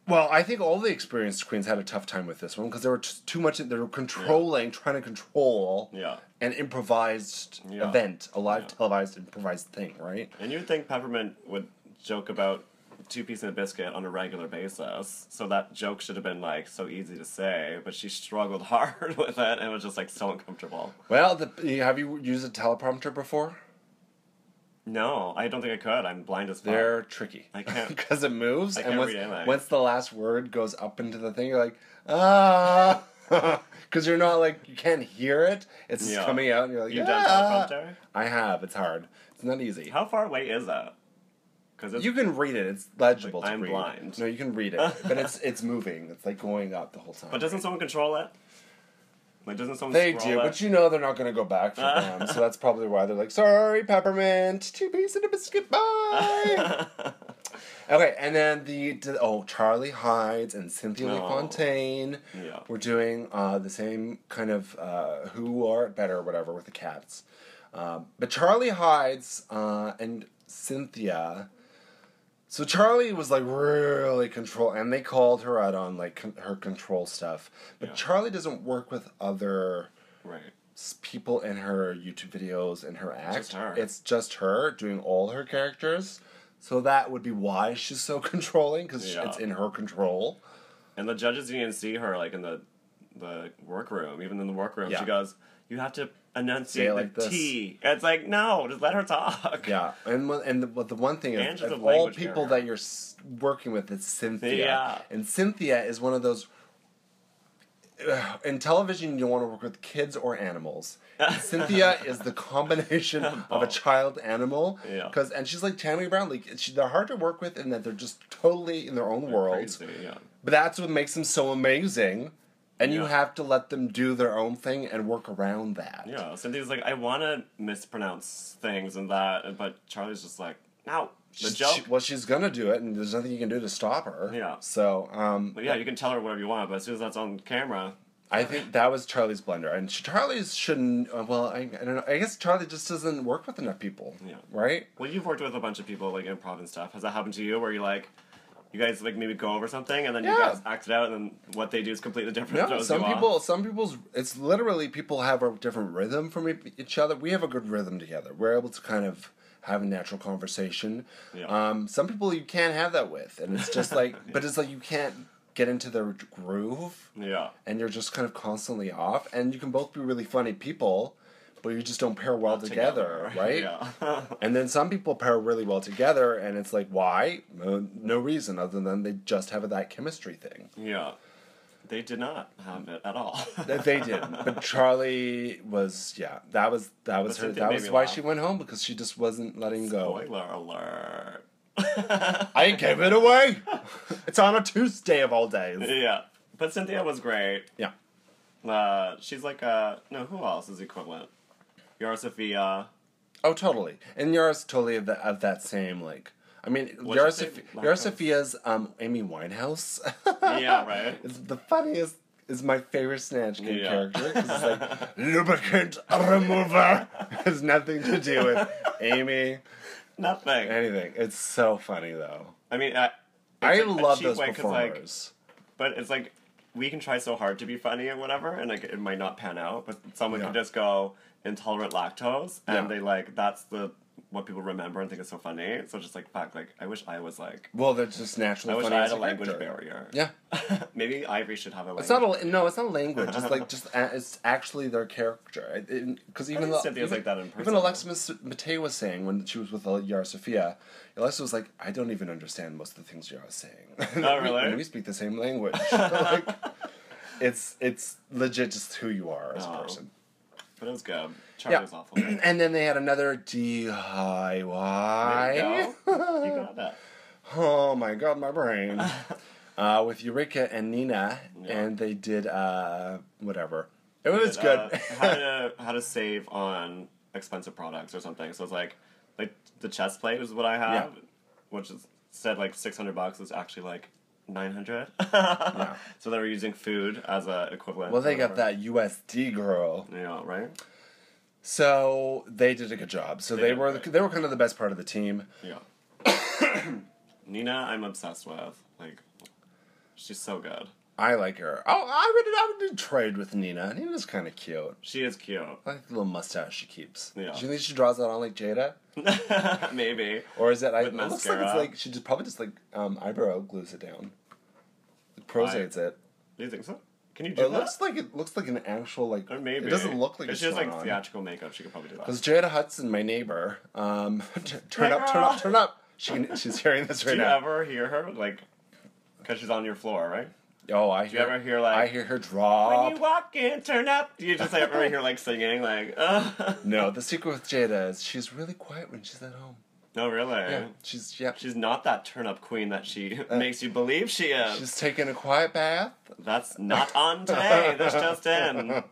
A: well, I think all the experienced queens had a tough time with this one because they were just too much. They were controlling, trying to control
B: Yeah.
A: an improvised
B: Yeah.
A: event, a live
B: Yeah.
A: televised improvised thing, right?
B: And you'd think Peppermint would joke about two pieces of biscuit on a regular basis, so that joke should have been like so easy to say. But she struggled hard with it and was just like so uncomfortable.
A: Well, the, have you used a teleprompter before?
B: No, I don't think I could. I'm blind as fuck.
A: They're tricky.
B: I can't-
A: because it moves,
B: I
A: and
B: can't
A: once,
B: read anything.
A: once the last word goes up into the thing, you're like, ah, because you're not like you can't hear it. It's just
B: Yeah.
A: coming out, and you're like,
B: You've
A: "Ah."
B: done teleprompter.
A: I have. It's hard. It's not easy.
B: How far away is that? Because
A: You can read it. It's legible.
B: Like,
A: to
B: I'm
A: read.
B: blind.
A: No, you can read it, but it's it's moving. It's like going up the whole time.
B: but doesn't someone control it? Like doesn't someone?
A: They
B: scroll
A: do,
B: it?
A: but you know they're not going to go back for them, so that's probably why they're like, "Sorry, peppermint, two pieces of biscuit, bye." okay, and then the d- oh Charlie Hides and Cynthia
B: Oh.
A: LaFontaine
B: Yeah.
A: were doing uh, the same kind of uh, who are it better, or whatever, with the cats. Um, but Charlie Hides uh, and Cynthia. So Charlie was like really control, and they called her out on like con- her control stuff. But
B: Yeah.
A: Charlie doesn't work with other
B: right.
A: s- people in her YouTube videos and her act.
B: just her.
A: It's just her doing all her characters. So that would be why she's so controlling because
B: Yeah.
A: it's in her control.
B: And the judges didn't even see her like in the the workroom. Even in the workroom,
A: Yeah.
B: she goes, "You have to enunciate
A: Say it
B: the
A: like this.
B: T." And it's like, no, just let her talk.
A: Yeah, and one- and the, but the one thing
B: And
A: is,
B: she's
A: of
B: a
A: all
B: language
A: people
B: barrier.
A: that you're s- working with, it's Cynthia,
B: Yeah.
A: and Cynthia is one of those ugh, uh, in television, you don't want to work with kids or animals. Cynthia is the combination of a child animal.
B: Oh. Yeah.
A: Because and she's like Tammy Brown. Like she, they're hard to work with in that they're just totally in their own world.
B: Crazy, yeah.
A: But that's what makes them so amazing. And you
B: Yeah.
A: have to let them do their own thing and work around that.
B: Yeah, Cynthia's like, I want to mispronounce things and that, but Charlie's just like, no, the
A: She's-
B: joke.
A: she- well, she's gonna do it, and there's nothing you can do to stop her.
B: Yeah.
A: So, um,
B: but yeah, you can tell her whatever you want, but as soon as that's on camera,
A: I think that was Charlie's blender, and she, Charlie's shouldn't. uh, Well, I, I don't know. I guess Charlie just doesn't work with enough people.
B: Yeah.
A: Right.
B: well, you've worked with a bunch of people like improv and stuff. Has that happened to you where you like, you guys like maybe go over something and then you
A: Yeah.
B: guys act it out and then what they do is completely different.
A: No,
B: throws
A: some
B: you off?
A: people, some people's, it's literally people have a different rhythm from e- each other. We have a good rhythm together. We're able to kind of have a natural conversation.
B: Yeah.
A: Um, some people you can't have that with, and it's just like, but it's like you can't get into their groove,
B: Yeah.
A: and you're just kind of constantly off. And you can both be really funny people, but you just don't pair well together, right?
B: Yeah.
A: And then some people pair really well together, and it's like, why? No, no reason other than they just have that chemistry thing.
B: yeah. They did not have it at all.
A: That they did, but Charlie was yeah. That was that was
B: But
A: her.
B: Cynthia
A: That
B: made
A: was
B: me
A: why
B: laugh.
A: she went home because she just wasn't letting go.
B: Spoiler alert.
A: I gave it away. it's on a Tuesday of all days.
B: Yeah. But Cynthia was great.
A: Yeah,
B: Uh, she's like, uh, no, who else is equivalent? Yara Sophia.
A: Oh, totally. And Yara's totally of, the, of that same, like, I mean,
B: What's
A: Yara,
B: her name?
A: Sophi-
B: Black
A: Yara
B: House?
A: Sophia's um, Amy Winehouse.
B: Yeah, right.
A: It's the funniest, is my favorite Snatch Game
B: Yeah.
A: character. 'cause it's like, lubricant remover has nothing to do with Amy,
B: Nothing.
A: anything. It's so funny, though.
B: I mean, I, it's
A: I
B: like a
A: love
B: cheap
A: those
B: way 'cause, like,
A: performers.
B: but it's like, we can try so hard to be funny and whatever, and like, it might not pan out, but someone
A: Yeah.
B: could just go intolerant lactose, and
A: Yeah.
B: they like, that's the, what people remember and think is so funny. So just like, fuck, like, I wish I was like,
A: well, they're just
B: I
A: naturally
B: wish
A: funny.
B: I had
A: as
B: a language
A: character.
B: barrier.
A: Yeah.
B: Maybe Ivory should have a language.
A: It's not a no. It's not a language. It's like just a, it's actually their character. Because even
B: think
A: the,
B: Cynthia's
A: even,
B: like that in
A: even
B: person.
A: Alexa Mas- Matei was saying when she was with Yara Sophia, Alexa was like, "I don't even understand most of the things Yara's saying."
B: Oh,
A: We-
B: really?
A: we speak the same language. like, it's it's legit just who you are as a
B: Oh.
A: person.
B: But it was good. Charlie
A: Yeah.
B: was awful. There
A: and then they had another
B: you
A: DIY.
B: go. You got that.
A: Oh my god, my brain. uh, with Eureka and Nina,
B: Yeah.
A: and they did uh, whatever. It was
B: But,
A: good.
B: uh, how to how to save on expensive products or something. So it's like like the chest plate is what I have, which is said like six hundred bucks is actually like nine hundred. So they were using food as a equivalent.
A: well, they
B: or
A: got
B: whatever.
A: that USD girl,
B: Yeah. Right.
A: so they did a good job. So they,
B: did
A: were
B: great.
A: they were kind of the best part of the team.
B: Yeah. Nina, I'm obsessed with. Like, she's so good.
A: I like her. Oh, I would I would trade with Nina. Nina's kind of cute.
B: She is cute.
A: I like the little mustache she keeps.
B: Yeah.
A: Do you think she draws that on like Jada,
B: Maybe.
A: or is it? I, it
B: With
A: looks like it's
B: mascara.
A: like she just probably just like um, eyebrow glues it down, prosates it.
B: Do you think so? Can you do
A: It
B: that?
A: looks like it looks like an actual like.
B: or maybe
A: it doesn't look like
B: if
A: it's
B: she has
A: drawn
B: like
A: on.
B: theatrical makeup. She could probably do that.
A: Because Jada Hudson, my neighbor, um, t- turn
B: Hey,
A: up, turn up,
B: girl.
A: turn up. She can, she's hearing this right
B: Do you
A: now.
B: ever hear her like? Because she's on your floor, right?
A: oh, I hear.
B: ever hear, like,
A: I hear her drop.
B: walk in, turn up. You just like ever hear like singing like? Uh.
A: no, the secret with Jada is she's really quiet when she's at home.
B: No, really.
A: Yeah, Uh, she's yeah. She's,
B: She's not that turn up queen that she makes you believe she is.
A: taking a quiet bath.
B: That's not on today. That's just in.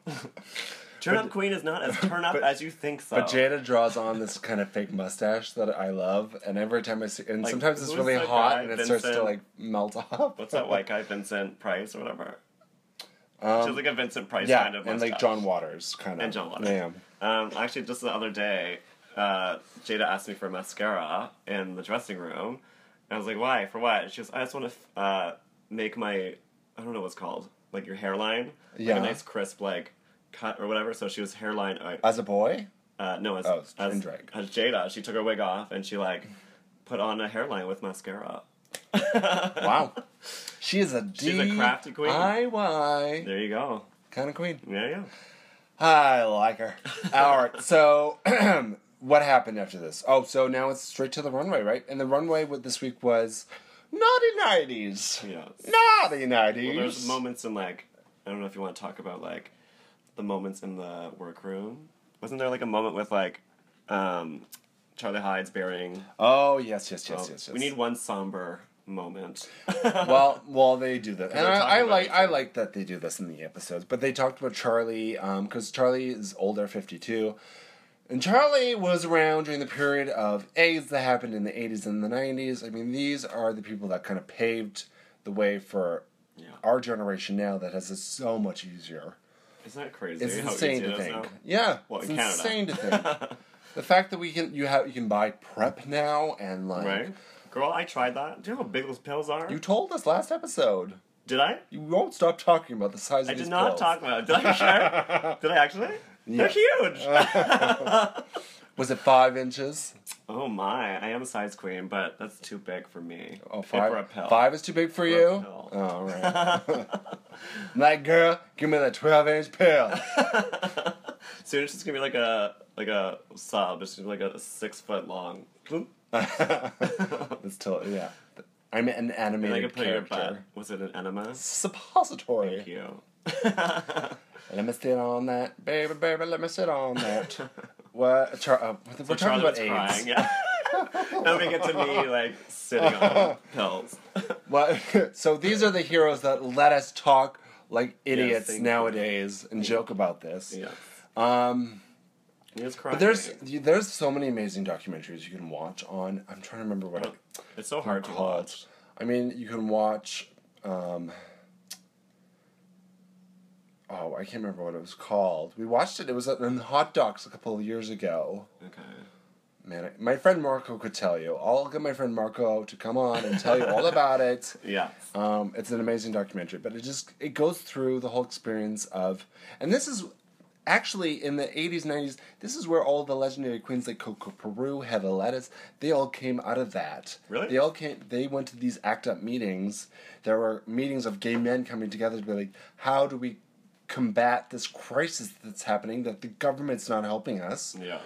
B: turn up queen is not as turn up as you think so.
A: But Jada draws on this kind of fake mustache that I love, and every time I see, and
B: Like,
A: sometimes it's
B: who's
A: really
B: that
A: hot,
B: guy,
A: and it starts to
B: Vincent?
A: like melt off.
B: What's that white guy, Vincent Price or whatever? she's like a Vincent Price
A: Um, Yeah,
B: kind of
A: and like
B: mustache.
A: John Waters kind of.
B: And John Waters.
A: Yeah.
B: Um, actually, just the other day, uh, Jada asked me for mascara in the dressing room. And I was like, why? For what? She goes, I just want to uh, make my, I don't know what's called, like your hairline. Like
A: Yeah.
B: a nice crisp, like, cut or whatever. So she was hairline, uh,
A: As a boy,
B: uh, no, as,
A: Oh, in
B: as,
A: drag.
B: as Jada. She took her wig off and she, like, put on a hairline with mascara.
A: wow, she is a
B: She's a crafty queen.
A: DIY.
B: There you go.
A: kind of queen.
B: Yeah, yeah.
A: I like her. All right, so what happened after this? Oh, so now it's straight to the runway, right? And the runway with this week was naughty nineties,
B: Yeah.
A: naughty
B: Well, there's
A: nineties.
B: moments in like uh, I don't know if you want to talk about like the moments in the workroom. Wasn't there like a moment with like um, Charlie Hyde's burying?
A: Oh yes, yes, yes,
B: Oh,
A: yes, yes.
B: We need one somber moment.
A: well, well, they do that, and
B: we're talking
A: I, I
B: about
A: like
B: each
A: I like that they do this in the episodes. But they talked about Charlie because Charlie is older, fifty two, and Charlie was around during the period of AIDS that happened in the eighties and the nineties. I mean, these are the people that kind of paved the way for
B: Yeah.
A: our generation now that has it so much easier.
B: Isn't that crazy?
A: It's
B: how
A: insane
B: easy it
A: to
B: is
A: think.
B: now?
A: Yeah,
B: Well,
A: it's
B: in Canada.
A: insane to think. the fact that we can you have you can buy prep now and like
B: Right? Girl, I tried that. Do you know how big those pills are?
A: you told us last episode.
B: did I?
A: You won't stop talking about the size
B: I
A: of these
B: did not
A: pills.
B: talk about it. Did I share? did I actually? They're huge.
A: Was it five inches?
B: oh my, I am a size queen, but that's too big for me.
A: Oh,
B: And
A: five.
B: For a pill.
A: Five is too big for, you.
B: a pill.
A: Oh, all right. like, girl, give me that twelve-inch pill.
B: Soon it's just gonna be like a like a sub. It's just like a six foot long. Boop.
A: It's till yeah. I'm an
B: And I
A: animated
B: can put it in your
A: character.
B: butt. Was it an enema?
A: Suppository.
B: You.
A: Let me sit on that, baby, baby. Let me sit on that. what? Char- uh, we're talking
B: Charlie
A: about
B: was
A: AIDS.
B: crying. Yeah. now we get to me like sitting on pills.
A: What? so these are the heroes that let us talk like idiots
B: thank you.
A: nowadays and joke about this.
B: yeah.
A: Um,
B: He was crying.
A: but there's there's so many amazing documentaries you can watch on. I'm trying to remember what. I-
B: it's Oh, so hard to watch.
A: I mean, you can watch. Um, oh, I can't remember what it was called. We watched it. It was at- in Hot Docs a couple of years ago.
B: Okay.
A: Man, I, my friend Marco could tell you. I'll get my friend Marco to come on and tell you all about it.
B: Yeah.
A: Um, it's an amazing documentary, but it just it goes through the whole experience of, and this is actually in the '80s, '90s. This is where all the legendary queens like Coco Peru, Heather Lettuce, they all came out of that.
B: Really?
A: They all came. They went to these ACT UP meetings. There were meetings of gay men coming together to be like, how do we combat this crisis that's happening that the government's not helping us?
B: Yeah.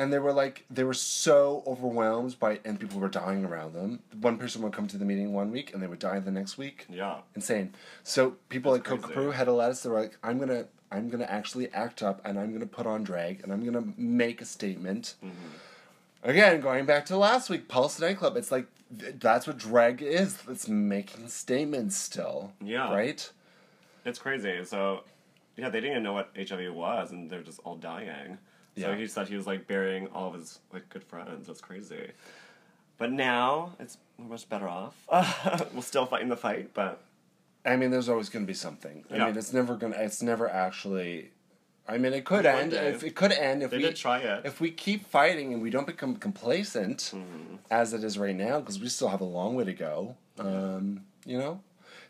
A: and they were like they were so overwhelmed by and people were dying around them one person would come to the meeting one week and they would die the next week
B: Yeah.
A: insane so people
B: That's
A: like
B: crazy.
A: Kokapuru had a lettuce they were like i'm gonna i'm gonna actually act up and i'm gonna put on drag and i'm gonna make a statement
B: Mm-hmm.
A: again going back to last week pulse nightclub it's like th- that's what drag is it's making statements still
B: Yeah.
A: right
B: It's crazy. So, yeah, they didn't even know what HIV was, and they're just all dying. So
A: Yeah.
B: he said he was like burying all of his like good friends. That's crazy. But now it's we're much better off. we're still fighting the fight, but
A: I mean, there's always going to be something. I
B: Yeah.
A: mean, it's never gonna. It's never actually. I mean, it could
B: One
A: end.
B: day.
A: If it could end, if
B: They
A: we
B: did try it.
A: if we keep fighting and we don't become complacent,
B: Mm-hmm.
A: as it is right now, because we still have a long way to go. Um, you know,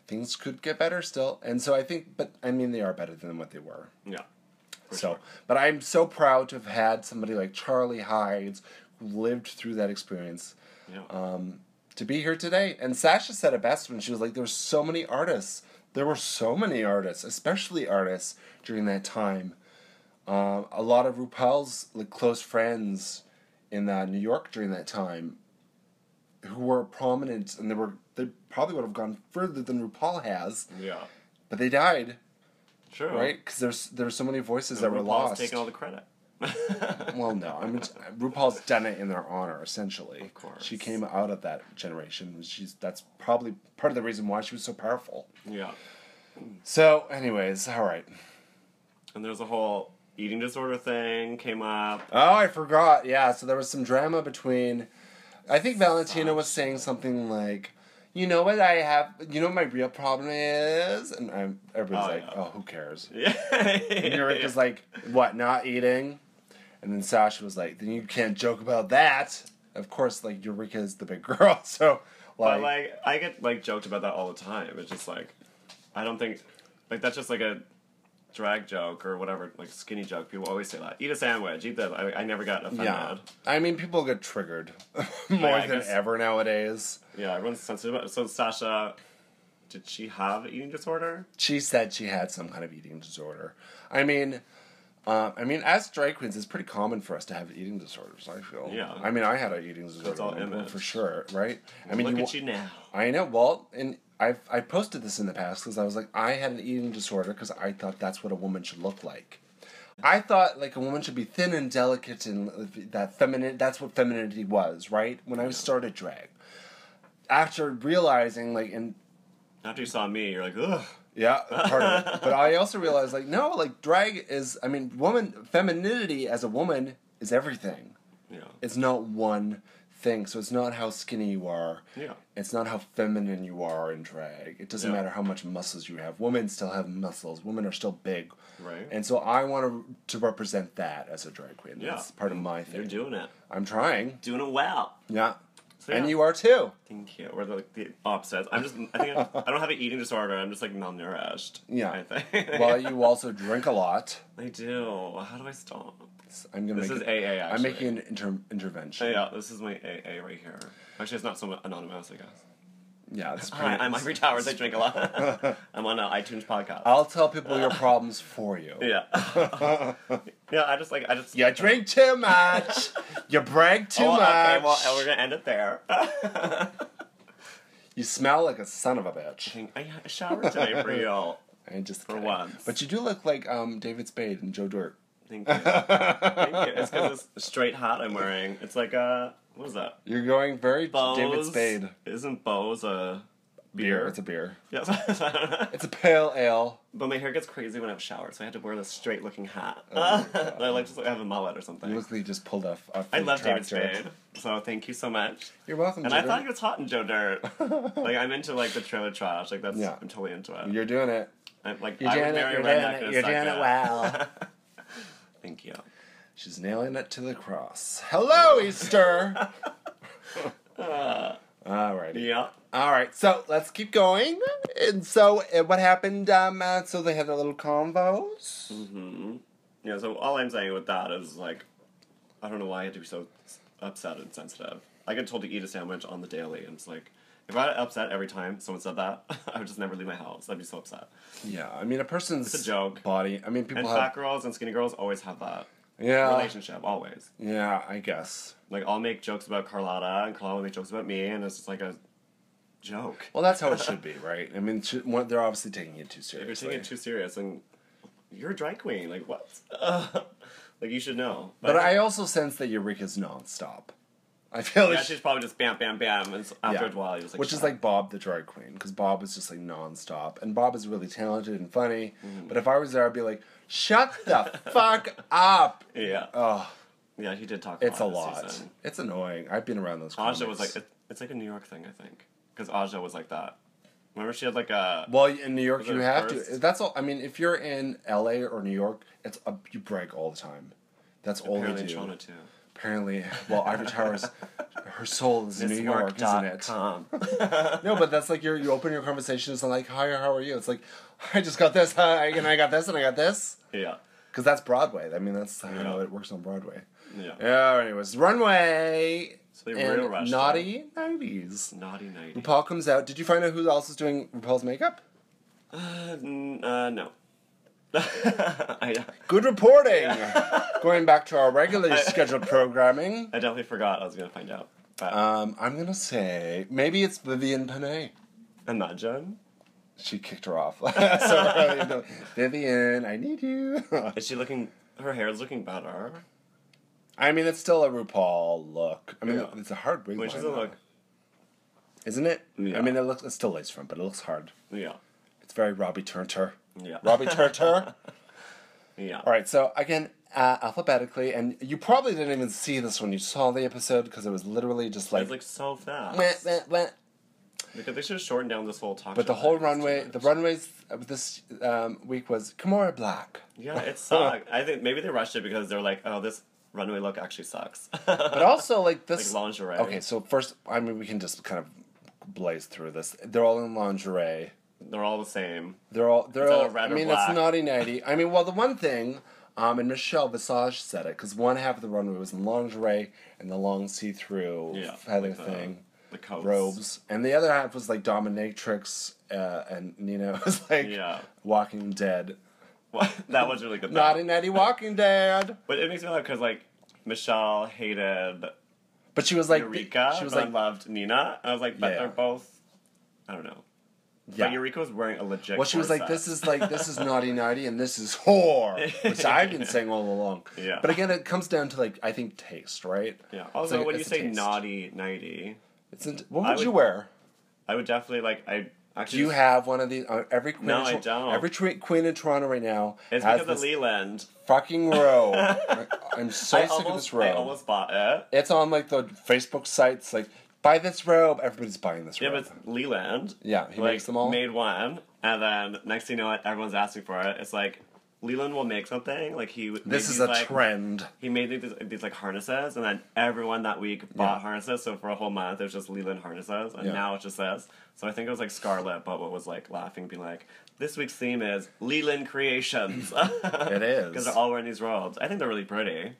A: things could get better still, and so I think. But I mean, they are better than what they were.
B: yeah,
A: So, but I'm so proud to have had somebody like Charlie Hydes who lived through that experience
B: yeah,
A: Uh, to be here today. And Sasha said it best when she was like, "There were so many artists. There were so many artists, especially artists during that time. Um, a lot of RuPaul's like close friends in uh, New York during that time, who were prominent, and they were they probably would have gone further than RuPaul has,
B: yeah.
A: but they died,
B: Sure.
A: right? Because there's there's so many voices that were
B: RuPaul's
A: lost.
B: taking all the credit.
A: Well, no, I mean RuPaul's done it in their honor, essentially. Of
B: course.
A: she came out of that generation. She's that's probably part of the reason why she was so powerful.
B: yeah,
A: So, anyways, all right.
B: and there's a whole eating disorder thing came up.
A: Oh, I forgot. Yeah, so there was some drama between. I think Valentina was saying something like, "You know what I have? You know what my real problem is?" And I'm, everybody's
B: Oh,
A: like,
B: yeah.
A: "Oh, who cares?"
B: Yeah.
A: And Eureka's like, "What? Not eating?" And then Sasha was like, "Then you can't joke about that." Of course, like Eureka is the big girl, so like,
B: But like I get like joked about that all the time. It's just like I don't think like that's just like a drag joke or whatever, like skinny joke. People always say that. Eat a sandwich, eat this. I, I never got offended.
A: yeah.
B: Yeah.
A: I mean, people get triggered more
B: I
A: than
B: guess-
A: ever nowadays.
B: everyone's sensitive about it. So Sasha did she have eating disorder?
A: She said she had some kind of eating disorder. I mean, uh, I mean, as drag queens, it's pretty common for us to have eating disorders. I feel.
B: Yeah.
A: I mean, I had an eating disorder
B: all
A: at one point
B: image.
A: for sure, right? I mean,
B: Look
A: you
B: at
A: wa-
B: you now.
A: I know. Well, and I've I posted this in the past because I was like, I had an eating disorder because I thought that's what a woman should look like. I thought like a woman should be thin and delicate and that feminine. That's what femininity was, right? When I started drag, after realizing like in
B: After you saw me, you're like, ugh.
A: yeah, part of it. But I also realized, like, no, like, drag is, I mean, woman, femininity as a woman is everything.
B: Yeah.
A: It's not one thing. So it's not how skinny you are.
B: Yeah.
A: It's not how feminine you are in drag. It doesn't
B: Yeah.
A: matter how much muscles you have. Women still have muscles. Women are still big.
B: Right.
A: And so I want to, to represent that as a drag queen.
B: Yeah.
A: That's part of my thing.
B: You're doing it.
A: I'm trying.
B: Doing it well.
A: Yeah.
B: So,
A: And
B: yeah.
A: you are too.
B: Thank you. We're like the opposites. I'm just. I think I, I don't have an eating disorder. I'm just like malnourished.
A: Yeah.
B: I think.
A: Well, you also drink a lot.
B: I do. How do I stop?
A: I'm gonna
B: This
A: make
B: is
A: it-
B: AA. Actually.
A: I'm making an inter- intervention.
B: Yeah, this is my AA right here. Actually, it's not so anonymous, I guess.
A: Yeah, it's pretty,
B: Hi, I'm Ivory Towers. I drink a lot. I'm on an iTunes podcast.
A: I'll tell people your problems for you.
B: yeah. yeah, I just like I just
A: You drink too much. you brag too
B: Oh,
A: much.
B: okay, well, we're gonna end it there.
A: you smell like a son of a bitch.
B: I showered today for you.
A: I just for
B: once.
A: But you do look like um, David Spade and Joe Dirt.
B: Thank you. Thank you. It's because it's straight hot I'm wearing. It's like a what is that?
A: You're going very
B: Bose.
A: David Spade.
B: Isn't Bose a beer?
A: It's a beer.
B: yes.
A: It's a pale ale.
B: but my hair gets crazy when I've showered, so I had to wear this straight looking hat.
A: Oh
B: And I like just like, have a mullet or something.
A: You look like you just pulled off. off
B: I
A: the
B: love David
A: tractor.
B: Spade, so thank you so much.
A: You're welcome.
B: And
A: Joe
B: I thought
A: Dirt.
B: it was hot in Joe Dirt. like I'm into like the trailer trash. Like that's
A: Yeah.
B: I'm totally into it.
A: you're doing it.
B: I'm, like
A: You're
B: I
A: doing
B: would
A: it.
B: marry
A: You're
B: a
A: doing
B: redneck in
A: it.
B: a
A: You're doing it
B: second.
A: well.
B: Thank you.
A: She's nailing it to the cross. Hello, Easter. Alrighty.
B: Yeah.
A: All right, so let's keep going. And so, uh, what happened? Um, uh, so they had their little convos.
B: Yeah. So all I'm saying with that is like, I don't know why I had to be so s- upset and sensitive. I get told to eat a sandwich on the daily, and it's like, if I got upset every time someone said that, I would just never leave my house. I'd be so upset.
A: Yeah, I mean, a person's
B: It's a joke.
A: body. I mean, people
B: And
A: have.
B: fat girls and skinny girls always have that
A: Yeah,
B: relationship always.
A: yeah, I guess.
B: Like I'll make jokes about Carlotta, and Carlotta will make jokes about me, and it's just like a joke.
A: Well, that's how it should be, right? I mean, should, one, they're obviously taking it too
B: If you're
A: seriously.
B: taking it too serious, and you're a drag queen, like what? like you should know.
A: but I also sense that Eureka's nonstop. I feel
B: yeah,
A: like
B: she's probably just bam, bam, bam, and s- after a while, you're just like,
A: which is
B: "Shut up."
A: like Bob the drag queen because Bob is just like nonstop, and Bob is really talented and funny.
B: Mm.
A: But if I was there, I'd be like, "Shut the fuck up!"
B: yeah, Oh,
A: Ugh.
B: yeah, he did talk. A
A: It's a
B: lot.
A: lot.
B: this season.
A: It's annoying. I've been around those.
B: Aja
A: comics.
B: was like, it, it's like a New York thing, I think, because Aja was like that. Remember, she had like a
A: well, in New York,
B: it
A: you have to.
B: first?
A: That's all. I mean, if you're in L.A. or New York, it's a, you brag all the time. That's all
B: apparently
A: they do.
B: Toronto too.
A: Apparently, well, Ivory Towers, her soul is in New York, isn't it?
B: Miswork.com.
A: No, but that's like your you open your conversations and like, hi, how are you? It's like, I just got this, hi, and I got this, and I got this,
B: yeah,
A: because that's Broadway. I mean, that's how
B: Yeah.
A: it works on Broadway.
B: yeah,
A: Yeah. Anyways, runway
B: So they real
A: and
B: rushed
A: naughty nineties.
B: naughty nighty.
A: RuPaul comes out. Did you find out who else is doing RuPaul's makeup?
B: Uh, n- uh, no. I,
A: Good reporting. Going back to our regularly scheduled programming,
B: I definitely forgot I was gonna find out. But
A: um, I'm gonna say maybe it's Vivian Panay.
B: imagine.
A: She kicked her off. so early. No, Vivian, I need you.
B: Is she looking? Her hair is looking better.
A: I mean, it's still a RuPaul look. I mean,
B: Yeah.
A: it's a hard wig
B: Which
A: line,
B: is a
A: though.
B: look.
A: isn't it?
B: Yeah.
A: I mean, it looks it's still lace front, but it looks hard.
B: Yeah.
A: It's very Robbie Turner.
B: Yeah.
A: Robbie Turner.
B: Yeah.
A: All right, so again, uh, alphabetically, and you probably didn't even see this when you saw the episode because it was literally just like.
B: It's like so fast.
A: meh, meh, meh.
B: Because they should have shortened down this whole talk.
A: But
B: show
A: the whole
B: thing. It's
A: runway,
B: too
A: the
B: much.
A: runways of this um, week was Kimora Black.
B: Yeah, it sucked. I think maybe they rushed it because they were like, "Oh, this runway look actually sucks."
A: But also, like
B: like
A: this.
B: lingerie.
A: okay, so first, I mean, we can just kind of blaze through this. They're all in lingerie.
B: They're all the same.
A: They're all. They're
B: It's either
A: all.
B: red
A: I
B: or
A: mean,
B: black.
A: it's naughty nighty. I mean, well, the one thing, um, and Michelle Visage said it because one half of the runway was in lingerie and the long see-through
B: Yeah. uh,
A: feather
B: like the-
A: thing.
B: The coats.
A: robes, and the other half was like Dominatrix, uh, and Nina was like
B: Yeah.
A: Walking Dead,
B: that was really good.
A: not
B: though.
A: in any Walking Dead.
B: But it makes me laugh because like Michelle hated
A: But she was like,
B: Eureka.
A: she was
B: but
A: like,
B: I loved Nina. And I was like, but
A: Yeah.
B: they're both. I don't know.
A: Yeah.
B: But Eureka was wearing a legit.
A: Well, she was like,
B: corset.
A: "This is like this is naughty naughty, and this is whore," which I've been saying all along.
B: Yeah.
A: But again, it comes down to like I think taste, right?
B: Yeah. Also,
A: like-
B: when you
A: it's a
B: say
A: taste.
B: naughty nighty,
A: It's in, what would,
B: I
A: you
B: would-
A: wear?
B: I would definitely like. I
A: Do
B: actually.
A: you have one of these? Uh, every queen.
B: No,
A: in Tor-
B: I don't.
A: Every tre- queen in Toronto right now
B: It's
A: has
B: because
A: this
B: of Leland.
A: fucking row. I- I'm so
B: I
A: sick
B: almost,
A: of this
B: I
A: row.
B: almost bought it.
A: It's on like the Facebook sites, like buy this robe. Everybody's buying this
B: Yeah, but
A: robe.
B: it's Leland.
A: Yeah, he
B: like,
A: makes them all.
B: Made one, and then next thing you know, everyone's asking for it. It's like Leland will make something. Like he. made
A: this is
B: these,
A: a
B: like,
A: trend.
B: He made these, these like harnesses, and then everyone that week bought harnesses. So for a whole month, it was just Leland harnesses, and
A: Yeah.
B: now it just says. So I think it was like Scarlet, but what was like laughing, being like, "This week's theme is Leland Creations." it
A: is.
B: because they're all wearing these robes. I think they're really pretty.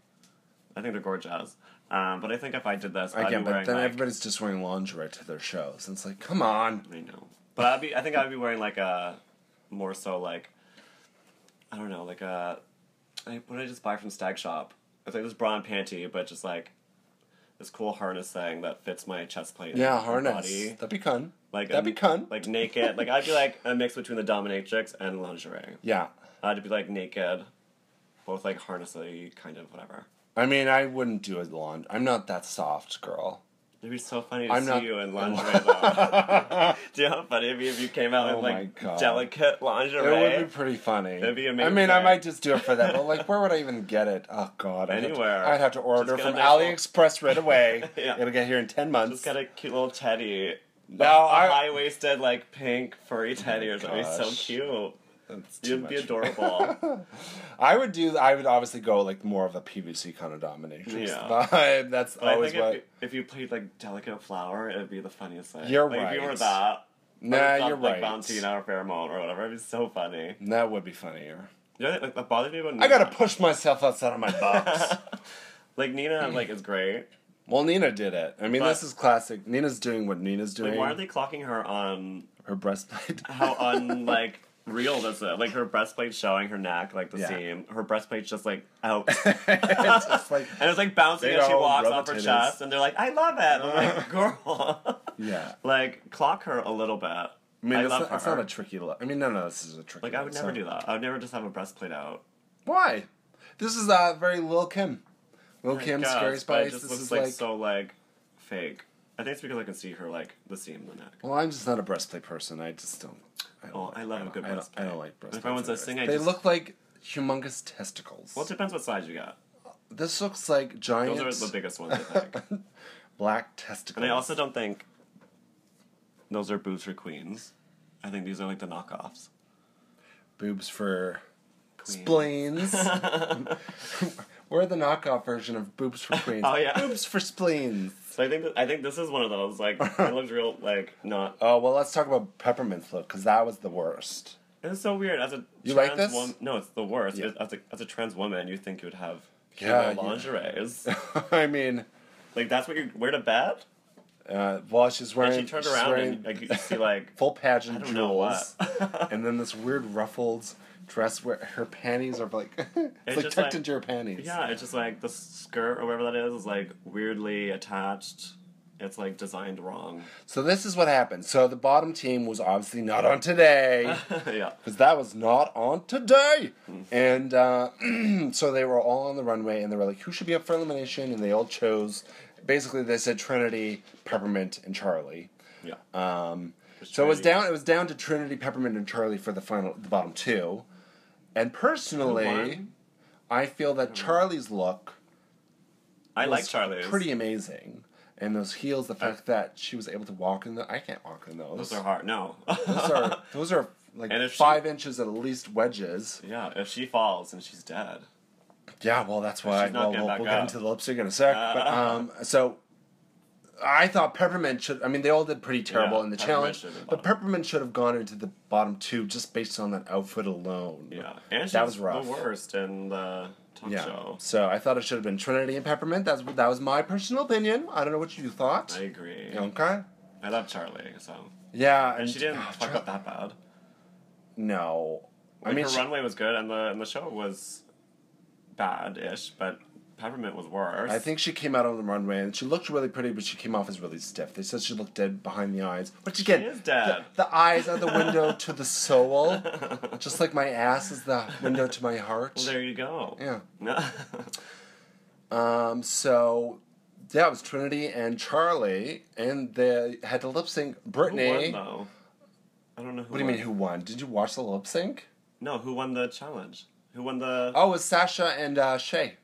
B: I think they're gorgeous. Um, but I think if I did this, I'd
A: Again,
B: be
A: but
B: wearing
A: then
B: like,
A: everybody's just wearing lingerie to their shows. And it's like, come on.
B: I know. But I'd be. I think I'd be wearing like a more so like I don't know like a I, what did I just buy from Stag Shop? It's like this bra and panty, but just like this cool harness thing that fits my chest plate. and
A: Yeah,
B: my
A: harness.
B: Body.
A: That'd be fun.
B: Like
A: That'd
B: a-
A: be fun.
B: Like naked. like I'd be like a mix between the dominatrix and lingerie.
A: yeah.
B: I'd be like naked, both like harnessy kind of whatever.
A: I mean, I wouldn't do a laundry. I'm not that soft, girl.
B: It'd be so funny to
A: I'm
B: see
A: not-
B: you in lingerie though. Do you know how funny it'd be if you came out
A: Oh
B: in
A: my
B: like
A: God.
B: delicate lingerie?
A: It would be pretty funny.
B: It'd be
A: I mean, I
B: amazing.
A: might just do it for that, but like, where would I even get it? Oh God, I'd have to-
B: Anywhere.
A: I'd have to order
B: Just get a
A: from
B: nice little-
A: AliExpress right away.
B: Yeah.
A: It'll get here in ten months.
B: Just got a cute little teddy.
A: No, I- Oh
B: high waisted like pink furry teddy or something. He's so
A: gosh.
B: cute.
A: That's too
B: You'd be
A: much.
B: adorable.
A: I would do. I would obviously go like more of a PVC kind of dominatrix
B: Yeah.
A: vibe. That's
B: But I
A: always
B: think
A: what.
B: if, if you played like delicate flower, it'd be the funniest thing.
A: You're
B: like, If you
A: right.
B: were that,
A: nah,
B: like,
A: you're
B: like
A: right.
B: Valentina or pheromone or whatever, it'd be so funny.
A: That would be funnier.
B: You know, like, that bothers me about. Nina.
A: I gotta push myself outside of my box.
B: like Nina, like is great.
A: well, Nina did it. I mean,
B: But-
A: this is classic. Nina's doing what Nina's
B: Like,
A: doing.
B: why are they clocking her on
A: Her breastplate.
B: how on like real this is? Like her breastplate showing her neck, like the
A: Yeah.
B: seam. Her breastplate's just like out.
A: It's just like-
B: and it's like bouncing
A: They
B: as she
A: don't
B: walks
A: rub
B: off
A: the
B: her
A: titties. Uh-huh.
B: chest, and they're like, "I love it." And I'm like, "Girl,
A: yeah.
B: like clock her a little bit."
A: I
B: I
A: mean, it's,
B: love
A: not,
B: her.
A: it's not a tricky look. I mean, no, no, this is a tricky.
B: like I would
A: look,
B: never
A: so-
B: do that. I would never just have a breastplate out.
A: Why? This is uh, very Lil Kim. Lil
B: I
A: Kim,
B: guess,
A: Scary
B: but
A: Spice.
B: It just
A: This
B: looks
A: is
B: like,
A: like.
B: so like fake. I think it's because I can see her like the seam in the neck.
A: Well, I'm just not a breastplate person. I just don't. I don't
B: Oh, I love a good
A: I don't, I
B: breastplate.
A: don't like breastplates.
B: If everyone's
A: either.
B: listening, I
A: they
B: just-
A: look like humongous testicles.
B: Well, it depends what size you got.
A: this looks like giant
B: Those are the biggest ones, I think.
A: black testicles.
B: And I also don't think those are boobs for queens. I think these are like the knockoffs.
A: boobs for
B: Queen.
A: spleens. We're the knockoff version of boobs for queens.
B: Oh, yeah.
A: boobs for spleens.
B: So I think th- I think this is one of those. Like it looks real, like not.
A: Oh well, let's talk about peppermint's look because that was the worst.
B: It's so weird. As a
A: You
B: trans
A: like this?
B: wom- no, it's the worst.
A: Yeah.
B: It- As a as a trans woman, you think you would have
A: Yeah,
B: yeah, lingeries.
A: I mean,
B: like that's what you wear to bed.
A: uh, well, she's wearing.
B: And she turned
A: she's
B: around
A: wearing
B: and like you see like
A: full pageant
B: I don't know
A: jewels,
B: what.
A: and then this weird ruffled dress where her panties are like it's, like
B: just
A: tucked
B: like-
A: into her panties.
B: yeah, it's just like the skirt or whatever that is is like weirdly attached. It's like designed wrong.
A: So this is what happened. So the bottom team was obviously not on today.
B: yeah.
A: because that was not on today. And uh, so they were all on the runway, and they were like, "Who should be up for elimination?" And they all chose. Basically, they said Trinity, Peppermint, and Charlie.
B: Yeah.
A: Um, so it was down. It was down to Trinity, Peppermint, and Charlie for the final, the bottom two. And personally,
B: won? Hmm.
A: I feel that Charlie's look
B: I like
A: was
B: Charlie's.
A: pretty amazing. And those heels, the fact that she was able to walk in the I can't walk in those.
B: Those are hard. No.
A: Those are those are like
B: And if she-
A: five inches at least wedges.
B: yeah, if she falls and she's dead.
A: Yeah, well, that's why.
B: She's not
A: Well,
B: getting
A: we'll,
B: back
A: we'll get
B: up.
A: into the lipstick in a sec. but um, so I thought Peppermint should. I mean, they all did pretty terrible
B: Yeah,
A: in the
B: Peppermint
A: challenge,
B: should have been
A: but
B: bottom.
A: Peppermint should have gone into the bottom two just based on that outfit alone.
B: Yeah. And she's
A: That was rough.
B: the worst in the talk
A: Yeah.
B: show.
A: So I thought it should have been Trinity and Peppermint. That's that was my personal opinion. I don't know what you thought.
B: I agree.
A: Okay.
B: I love Charlie, so.
A: Yeah,
B: And she didn't
A: oh,
B: fuck
A: Char-
B: up that bad.
A: No,
B: Like,
A: I mean,
B: her
A: she-
B: runway was good and the and the show was bad ish, but Peppermint was worse.
A: I think she came out on the runway and she looked really pretty, but she came off as really stiff. They said she looked dead behind the eyes, which again,
B: is dead.
A: The, the eyes are the window to the soul, just like my ass is the window to my heart.
B: There you go.
A: yeah.
B: No.
A: Um, so yeah, it was Trinity and Charlie, and they had to lip sync.
B: Who won
A: Brittany. What
B: though? I don't know who.
A: do you
B: won.
A: mean? Who won? Did you watch the lip sync?
B: No, who won the challenge? Who won the?
A: Oh, it was Sasha and uh, Shay.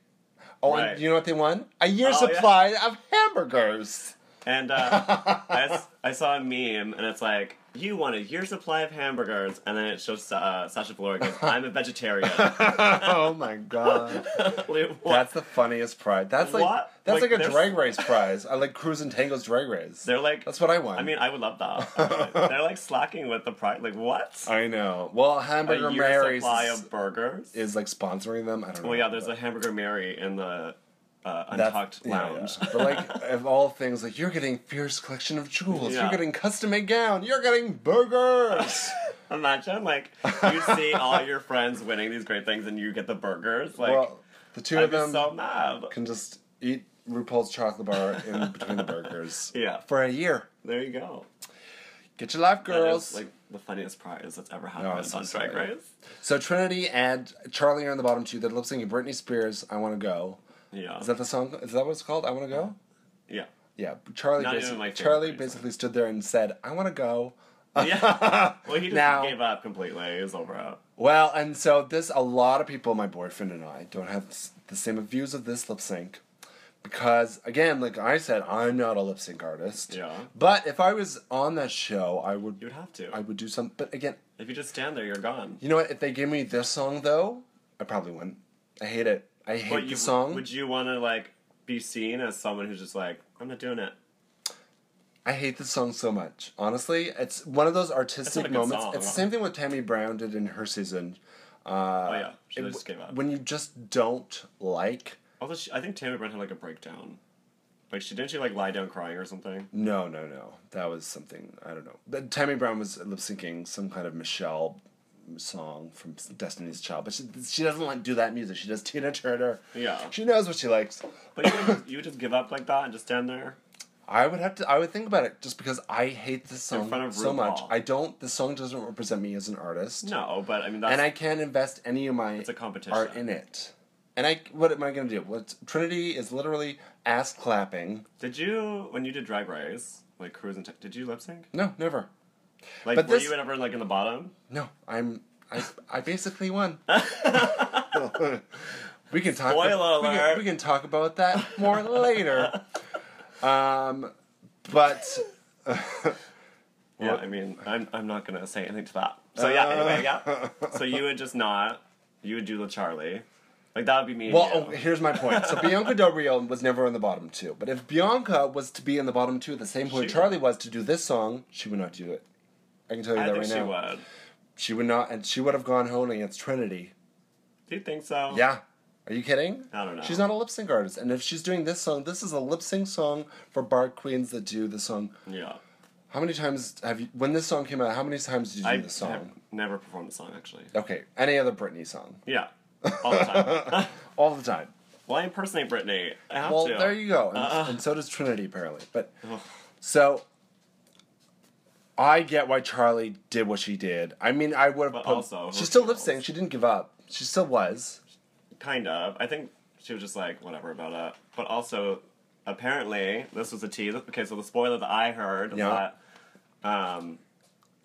A: Oh,
B: Right.
A: and you know what they won? A year's
B: Oh, yeah.
A: supply of hamburgers.
B: And uh, I, s- I saw a meme, and it's like you won a year's supply of hamburgers, and then it shows uh, Sasha Velour goes, "I'm a vegetarian."
A: oh my god.
B: Like, what?
A: That's the funniest prize. That's like
B: What?
A: that's
B: Like,
A: like, a
B: there's-
A: drag race prize. I like Cruise and Tango's drag race.
B: They're like.
A: that's what I want.
B: I mean, I would love that. actually. They're like slacking with the price. Like what?
A: I know. Well, Hamburger
B: a year's
A: Mary's
B: supply
A: is,
B: of burgers.
A: is, like sponsoring them. I don't know.
B: well, Oh, yeah. There's a hamburger Mary in the uh,
A: That's-
B: Untucked
A: yeah,
B: lounge.
A: yeah. But like of all things, like you're getting fierce collection of jewels,
B: Yeah.
A: you're getting custom made gown, you're getting burgers.
B: Imagine like you see all your friends winning these great things, and you get the burgers. Like
A: well, the 2
B: I'd
A: of
B: be
A: them
B: so mad.
A: can just eat RuPaul's chocolate bar in between the burgers.
B: Yeah.
A: For a year.
B: There you go.
A: Get your life,
B: That is,
A: girls.
B: like the funniest prize that's ever
A: No,
B: happened
A: it's so
B: on Drag
A: silly.
B: Race.
A: So Trinity and Charlie are in the bottom two. They're lip syncing Britney Spears' "I Want to Go."
B: Yeah.
A: Is that the song? Is that what it's called? "I Want to Go."
B: yeah.
A: Yeah. Charlie.
B: Not even
A: basi-
B: my favorite
A: Charlie
B: Britney song.
A: basically stood there and said, "I want to go."
B: Yeah. well, he just
A: Now-
B: gave up completely. He's over it.
A: Well, and so this a lot of people, my boyfriend and I, don't have s- the same views of this lip sync. Because again, like I said, I'm not a lip sync artist.
B: Yeah.
A: But if I was on that show, I would
B: You would have to.
A: I would do some. But again,
B: if you just stand there, you're gone.
A: you know what? If they gave me this song though, I probably wouldn't. I hate it. I hate
B: But
A: the
B: you
A: song.
B: would you want to like be seen as someone who's just like I'm not doing it.
A: I hate this song so much. Honestly, it's one of those
B: not a
A: artistic
B: good
A: moments.
B: song.
A: It's the same thing with Tammy Brown did in her season. Uh,
B: Oh yeah, she
A: it-
B: just gave up.
A: When you just don't like.
B: Although she, I think Tammy Brown had like a breakdown. Like she didn't she like lie down crying or something?
A: No, no, no. That was something I don't know. But Tammy Brown was lip syncing some kind of Michelle song from Destiny's Child, but she, she doesn't like do that music. She does Tina Turner.
B: Yeah.
A: She knows what she likes.
B: But you would, you would just give up like that and just stand there.
A: I would have to. I would think about it just because I hate this song
B: front of
A: so much.
B: RuPaul.
A: I don't. The song doesn't represent me as an artist.
B: No, but I mean that's
A: and I can't invest any of my
B: a competition.
A: art in it. And I, what am I going to do? What Trinity is literally ass clapping.
B: Did you when you did Drag Race like cruise and t- did you lip sync?
A: No, never.
B: Like
A: But
B: were
A: this-
B: you ever like in the bottom?
A: No, I'm. I, I basically won. we can talk.
B: Spoiler
A: we can-
B: alert.
A: We can talk about that more later. Um, but
B: Yeah, I mean, I'm, I'm not gonna say anything to that. So yeah, anyway, yeah. So you would just not, you would do the Charlie, like that would be me. and
A: well,
B: you.
A: oh, here's my point. So Bianca Del Rio was never in the bottom two. But if Bianca was to be in the bottom two at the same point
B: She-
A: Charlie was to do this song, she would not do it. I can tell you
B: I
A: that
B: think
A: right
B: she
A: now.
B: would.
A: She would not, and she would have gone home against Trinity.
B: Do you think so?
A: Yeah. Are you kidding?
B: I don't know.
A: She's not a lip sync artist. And if she's doing this song, this is a lip sync song for bar queens that do the song.
B: Yeah.
A: How many times have you, when this song came out, how many times did you
B: I
A: do the
B: have
A: song? Oh.
B: never performed the song actually.
A: Okay. Any other Britney song?
B: Yeah, all the time.
A: All the time.
B: well, I impersonate Britney. I have
A: Well,
B: to.
A: there you go. And,
B: Uh-uh.
A: and so does Trinity, apparently. But so I get why Charlie did what she did. I mean, I would have
B: But
A: put.
B: also,
A: she
B: who
A: still lip
B: cares?
A: synced. She didn't give up. She still was.
B: Kind of. I think she was just like whatever about it. But also, apparently, this was a tease. Okay, so the spoiler that I heard is
A: Yeah.
B: that um,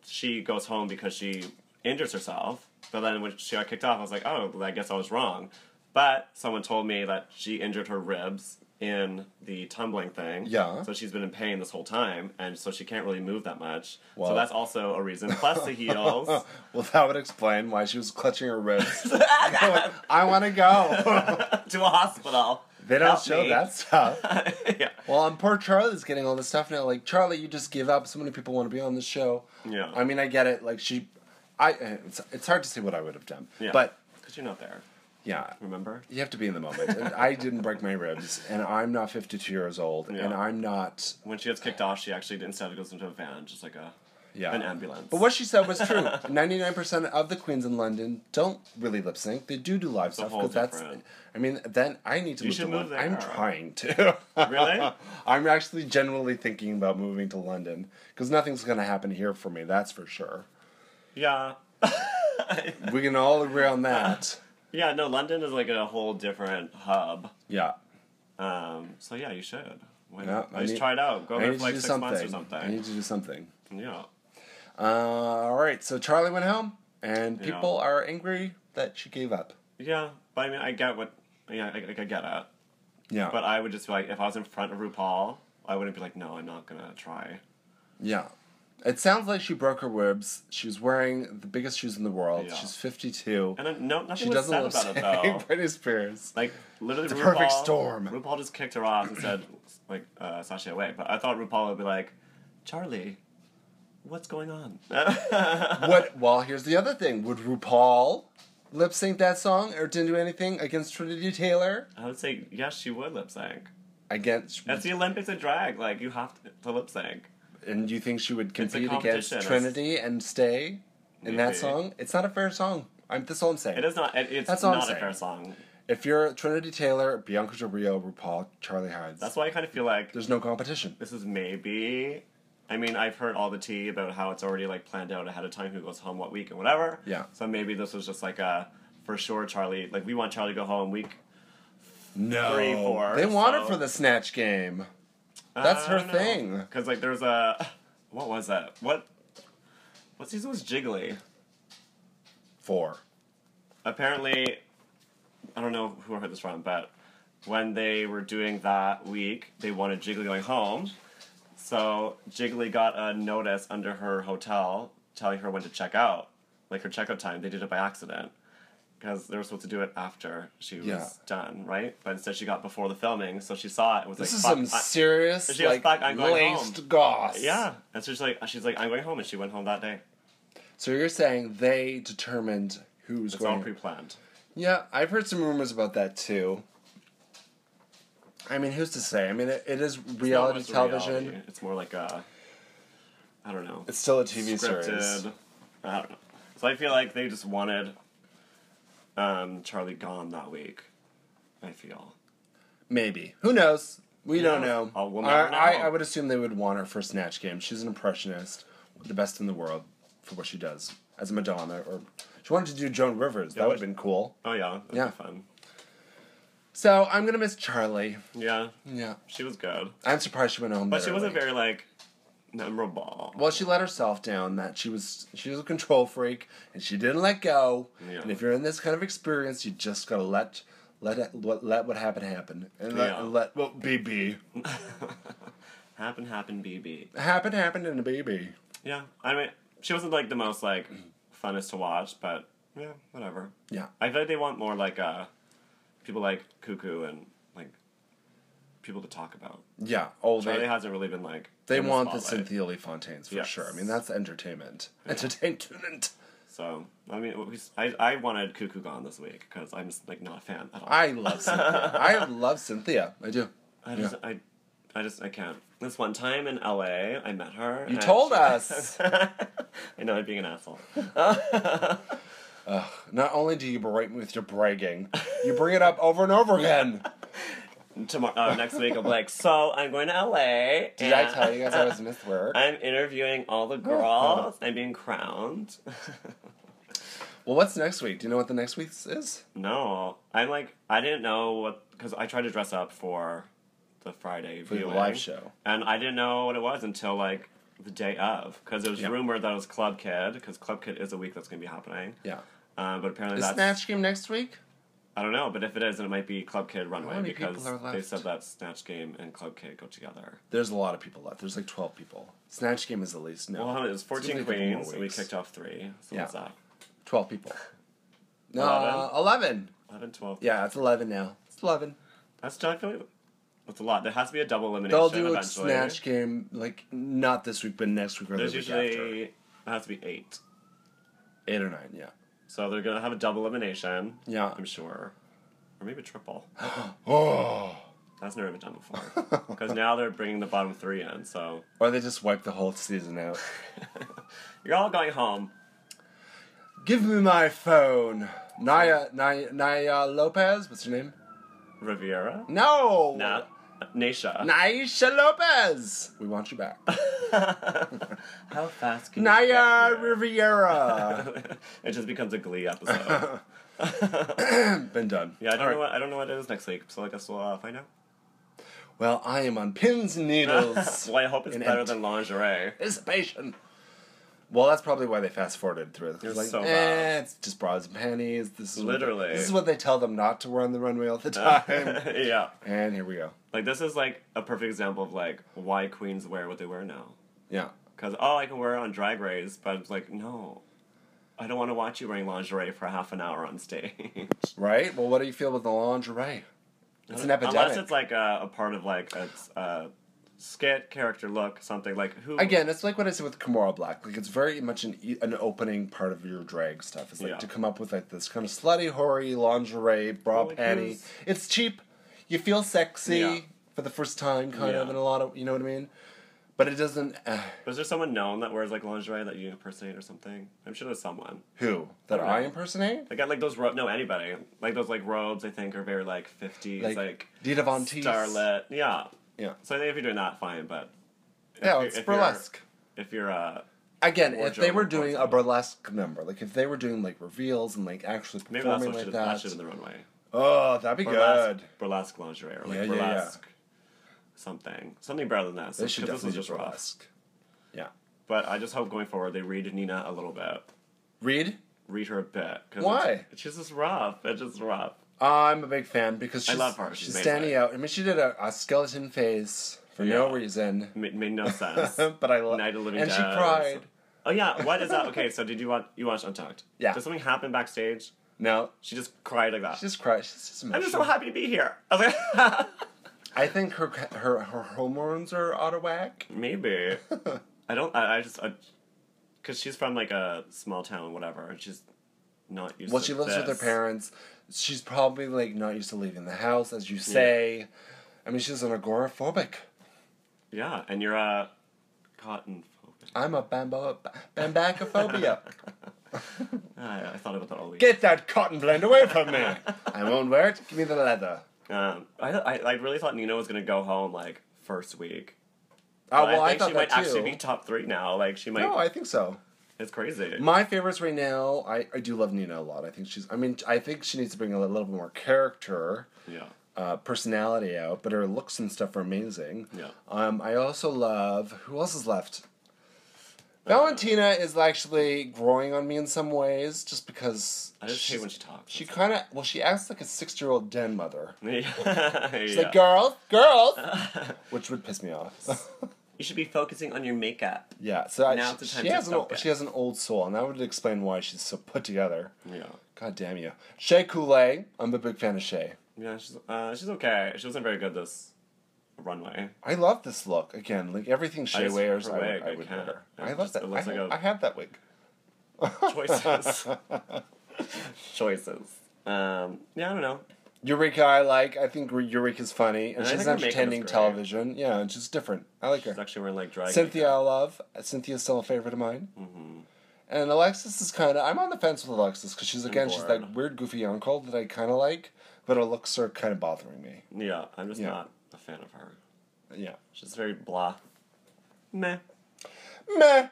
B: she goes home because she injures herself. But then when she got kicked off, I was like, oh, well, I guess I was wrong. But someone told me that she injured her ribs in the tumbling thing.
A: Yeah.
B: So she's been in pain this whole time, and so she can't really move that much.
A: Well-
B: so that's also a reason. Plus the heels.
A: Well, that would explain why she was clutching her ribs. Like, I want to go.
B: to a hospital.
A: They don't
B: Help
A: show
B: me.
A: that stuff.
B: yeah.
A: Well, and poor Charlie's getting all this stuff now. Like Charlie, you just give up. So many people want to be on the show.
B: Yeah.
A: I mean, I get it. Like she, I. It's, it's hard to say what I would have done.
B: Yeah.
A: But
B: Because you're not there,
A: yeah,
B: remember?
A: you have to be in the moment. And I didn't break my ribs, and I'm not 52 years old, and
B: Yeah.
A: I'm not.
B: When she gets kicked off, she actually instead goes into a van, just like a
A: Yeah.
B: an ambulance.
A: But what she said was true. Ninety-nine percent of the queens in London don't really lip sync. They do do live stuff
B: whole
A: because that's.
B: different-
A: I mean, then I need to move
B: should
A: to
B: move
A: London. I'm
B: there.
A: trying to.
B: Really?
A: I'm actually generally thinking about moving to London because nothing's going to happen here for me. That's for sure.
B: yeah,
A: We can all agree on that.
B: yeah. No, London is like a whole different hub.
A: Yeah.
B: Um, so yeah, you should. Why
A: Yeah,
B: not?
A: I
B: At least
A: need-
B: try it out. Go
A: I
B: there
A: need
B: for
A: to
B: like
A: do
B: six months or
A: something. I
B: something.
A: need to do something.
B: Yeah.
A: Uh, all right. So Charlie went home, and
B: Yeah.
A: people are angry that she gave up.
B: Yeah, but I mean, I get what. Yeah, I, I get it.
A: Yeah.
B: But I would just be like, if I was in front of RuPaul, I wouldn't be like, no, I'm not gonna try.
A: Yeah. It sounds like she broke her ribs. She was wearing the biggest shoes in the world.
B: Yeah.
A: She's 52.
B: And then, no, nothing
A: she
B: was
A: doesn't
B: said
A: look
B: about it
A: like
B: though.
A: Britney Spears.
B: Like literally,
A: The
B: RuPaul,
A: perfect storm.
B: RuPaul just kicked her off and said, like, uh, Sasha away. But I thought RuPaul would be like, Charlie, what's going on?
A: What? Well, here's the other thing. Would RuPaul lip sync that song or didn't do anything against Trinity Taylor?
B: I would say yes, she would lip sync.
A: Against
B: That's the Olympics of drag. Like you have to, to lip sync.
A: and you think she would compete against
B: competition.
A: Trinity and stay in that
B: Maybe.
A: song? It's not a fair song. I'm that's all I'm
B: It
A: saying.
B: is not. It, it's
A: That's all I'm
B: not a
A: saying.
B: fair song.
A: If you're Trinity Taylor, Bianca Del Rio, RuPaul, Charlie Hides,
B: That's why I kind of feel like
A: there's no competition.
B: this is maybe. I mean, I've heard all the tea about how it's already like planned out ahead of time who goes home what week and whatever.
A: Yeah.
B: So maybe this was just like a for sure Charlie. Like we want Charlie to go home week.
A: No,
B: Three, four,
A: they want her
B: so-
A: for the snatch game. That's her thing.
B: Because like there's a what was that? What what season was Jiggly?
A: Four.
B: apparently, I don't know who I heard this from, but when they were doing that week, they wanted Jiggly going home. So Jiggly got a notice under her hotel telling her when to check out, like her checkout time. They did it by accident because they were supposed to do it after she was
A: Yeah.
B: done, right? But instead, she got before the filming, so she saw it. and Was
A: This
B: like,
A: is
B: "Fuck,
A: some
B: I-"
A: serious
B: She goes,
A: like
B: "Fuck, I'm going
A: laced
B: home."
A: goss.
B: yeah, and so she's like, she's like, I'm going home, and she went home that day.
A: So you're saying they determined who's
B: It's all
A: going?
B: pre-planned.
A: yeah, I've heard some rumors about that too. I mean, who's to say? I mean, it, it is
B: It's not
A: reality
B: much
A: television.
B: reality, It's more like a, I don't know.
A: It's still a TV series.
B: scripted. I don't know. So I feel like they just wanted um, Charlie gone that week. I feel.
A: Maybe. Who knows? We
B: Who
A: don't know.
B: knows? Oh, we'll
A: I,
B: never
A: I,
B: know.
A: I would assume they would want her for Snatch Game. She's an impressionist, the best in the world for what she does as a Madonna. Or she wanted to do Joan Rivers. that would have
B: but-
A: been cool.
B: Oh yeah, that'd
A: Yeah.
B: Be fun.
A: So I'm gonna miss Charlie.
B: Yeah,
A: Yeah,
B: she was good,
A: I'm surprised she went home.
B: but
A: that
B: she wasn't
A: early.
B: very like memorable.
A: Well, she let herself down. That she was she was a control freak, and she didn't let go.
B: Yeah.
A: And if you're in this kind of experience, you just gotta let let it, let, let what happened happen, and let,
B: Yeah.
A: let what be be
B: Happen, happen, BB.
A: happen happened in a baby.
B: Yeah, I mean, she wasn't like the most like funnest to watch, but yeah, whatever.
A: Yeah,
B: I feel like they want more like uh, people like Cuckoo and like people to talk about.
A: yeah. Oh,
B: Charlie
A: they,
B: hasn't really been like
A: they
B: in
A: want the
B: spotlight.
A: Cynthia Lee Fontaines for
B: Yes.
A: sure. I mean, that's entertainment. Entertainment.
B: So I mean, we- I, I wanted Cuckoo gone this week because I'm just like not a fan at all.
A: I love Cynthia. I love Cynthia. I do.
B: I just I, I just I can't. This one time in L.A., I met her.
A: You
B: and
A: told
B: she-
A: us.
B: I know I'm being an asshole.
A: Not only do you berate me with your bragging, you bring it up over and over again.
B: Tomorrow, uh, next week, I'm like, so I'm going to L.A.
A: Did I tell you guys Oh. I was Miss Work?
B: I'm interviewing all the girls. I'm being crowned.
A: Well, what's next week? Do you know what the next week's is?
B: no, I'm like I didn't know what because I tried to dress up for the Friday
A: The
B: viewing.
A: live show.
B: And I didn't know what it was until like the day of, because it was
A: Yeah.
B: rumored that it was Club Kid, because Club Kid is a week that's going to be happening.
A: Yeah.
B: Uh, but apparently
A: Is
B: that's
A: Snatch Game next week?
B: I don't know, but if it is, then it might be Club Kid Runway
A: many
B: because
A: people are left?
B: they said that Snatch Game and Club Kid go together.
A: There's a lot of people left. There's like 12 people. Snatch Game is the least. No.
B: Well, it was
A: It's
B: fourteen
A: gonna take more
B: queens, and we
A: weeks.
B: kicked off three. So
A: Yeah.
B: what's that?
A: 12 people. No,
B: Eleven?
A: 11. 11.
B: 11, 12.
A: Yeah, it's 11 now. It's 11.
B: that's still, I feel like that's a lot. There has to be a double elimination
A: They'll do a
B: eventually.
A: Snatch Game, like, not this week, but next week or the
B: There's
A: week after.
B: usually it has to be eight,
A: Eight or nine, yeah.
B: so they're gonna have a double elimination.
A: Yeah.
B: I'm sure, or maybe triple.
A: Oh.
B: That's never been done before. Because now they're bringing the bottom three in, so
A: Or they just wipe the whole season out.
B: you're all going home.
A: Give me my phone. Naya, Naya, Naya Lopez. What's her name?
B: Riviera?
A: No.
B: Nah. Nisha.
A: Naisha Lopez. We want you back.
B: How fast can you
A: Naya
B: get here?
A: Riviera.
B: it just becomes a Glee episode.
A: Been done.
B: Yeah, I
A: All
B: don't know.
A: right.
B: What, I don't know what it is next week, so I guess we'll uh, find out.
A: Well, I am on pins and needles.
B: well, I hope it's
A: in
B: better
A: empty
B: than lingerie.
A: anticipation. Well, that's probably why they fast forwarded through it. It's like,
B: so
A: eh,
B: bad.
A: it's just bras and panties. This is what
B: Literally.
A: they, this is what they tell them not to wear on the runway all the time.
B: yeah,
A: and here we go.
B: like this is like a perfect example of like why queens wear what they wear now.
A: Yeah,
B: Because oh, I can wear it on Drag Race, but it's like no, I don't want to watch you wearing lingerie for half an hour on stage.
A: right. Well, what do you feel with the lingerie? It's an epidemic.
B: Unless it's like a, a part of like a, a skit character look, something like who
A: Again, it's like what I said with Kimura Black. Like it's very much an e- an opening part of your drag stuff. It's like
B: Yeah.
A: to come up with like this kind of slutty, hoary lingerie, bra
B: Well, like
A: panty.
B: who's-
A: It's cheap. You feel sexy
B: Yeah.
A: for the first time, kind of,
B: Yeah.
A: in a lot of you know what I mean. But it doesn't. Uh,
B: Was there someone known that wears like lingerie that you impersonate or something? I'm sure there's someone.
A: who that
B: I don't
A: I
B: know.
A: impersonate?
B: They got like those ro- no anybody like those like robes. I think are very like 50s like,
A: Like, Dita Von Teese.
B: starlet. Yeah.
A: Yeah,
B: So I think if you're doing that, fine. But if
A: yeah,
B: you-
A: it's
B: if you're-
A: burlesque.
B: If you're uh,
A: Again, if
B: wardrobe
A: they were
B: and
A: doing a
B: costume.
A: burlesque number, like if they were doing like reveals and like actually
B: maybe that's
A: performing
B: what should
A: like
B: that
A: that,
B: should have been the runway.
A: oh, that'd be
B: Burlesque,
A: good.
B: burlesque lingerie or like
A: Yeah, yeah, yeah.
B: burlesque something something better than that.
A: They
B: So,
A: should
B: 'cause this
A: definitely
B: is
A: do
B: just rough.
A: burlesque. Yeah,
B: But I just hope going forward they read Nina a little bit.
A: Reed.
B: Read her a bit. 'cause
A: Why?
B: it's- She's just rough. It's just rough.
A: I'm a big fan because she's,
B: love her.
A: she's,
B: She's amazing.
A: standing out. I mean, she did a, a skeleton face for no
B: Yeah.
A: reason,
B: Made, made no sense.
A: but I love.
B: Night of Living
A: And she
B: Dead.
A: cried.
B: Oh yeah, what is that? Okay, so did you watch you watched Untucked?
A: Yeah.
B: Did something happen backstage?
A: No,
B: She just cried like that.
A: she just cried. She's just
B: I'm
A: emotional.
B: just so happy to be here. I was like,
A: I think her her her hormones are out of whack.
B: maybe. I don't. I, I just. I, Cause she's from like a small town, whatever. and She's not used.
A: Well,
B: to
A: she lives with her
B: this.
A: parents. She's probably like not used to leaving the house, as you say. I mean, she's an agoraphobic.
B: Yeah, and you're a cotton phobic.
A: I'm a bambo bambacophobia.
B: Ah, I, I thought about that all week.
A: Get that cotton blend away from me. I won't wear it. Give me the leather.
B: Um, I, I I really thought Nina was gonna go home like first week.
A: Oh
B: But
A: well, I,
B: think
A: thought
B: she
A: that
B: might
A: too.
B: actually be top three now. Like she might.
A: no, I think so.
B: it's crazy.
A: My favorites right now, I, I do love Nina a lot. I think she's, I mean, I think she needs to bring a little bit more character,
B: yeah.
A: uh, personality out, but her looks and stuff are amazing.
B: Yeah.
A: Um, I also love, who else is left? Valentina is actually growing on me in some ways, just because
B: I just hate
A: she's-
B: when she talks.
A: she kind of, well, she acts like a six-year-old den mother.
B: yeah.
A: She's like, girls, girls, which would piss me off.
B: you should be focusing on your makeup.
A: yeah, so I,
B: Now's
A: she,
B: the time
A: she
B: to
A: has an,
B: stop
A: ol-
B: it.
A: she has an old soul, and that would explain why she's so put together.
B: Yeah.
A: God damn you. Shea Coulee. I'm a big fan of Shea.
B: Yeah, she's uh, she's okay. She wasn't very good this runway.
A: I love this look. Again, like everything Shea
B: just-
A: wears,
B: her
A: I would,
B: wig,
A: I
B: I
A: would
B: can't.
A: wear.
B: It
A: I love
B: just-
A: that.
B: it looks
A: I,
B: like a-
A: I have that wig.
B: Choices. Choices. Um, yeah, I don't know.
A: Eureka, I like. I think Eureka's funny, and
B: I
A: she's
B: think her makeup's
A: entertaining
B: great.
A: television. Yeah, and she's different. I like
B: She's
A: her.
B: actually wearing like drag. Mm-hmm.
A: Cynthia, I
B: makeup.
A: love. Cynthia's still a favorite of mine. And Alexis is kind of. I'm on the fence with Alexis because she's again, she's
B: bored.
A: that weird, goofy uncle that I kind of like, but her looks are kind of bothering me.
B: Yeah, I'm just
A: Yeah.
B: not a fan of her.
A: Yeah.
B: She's very blah. Meh.
A: Meh.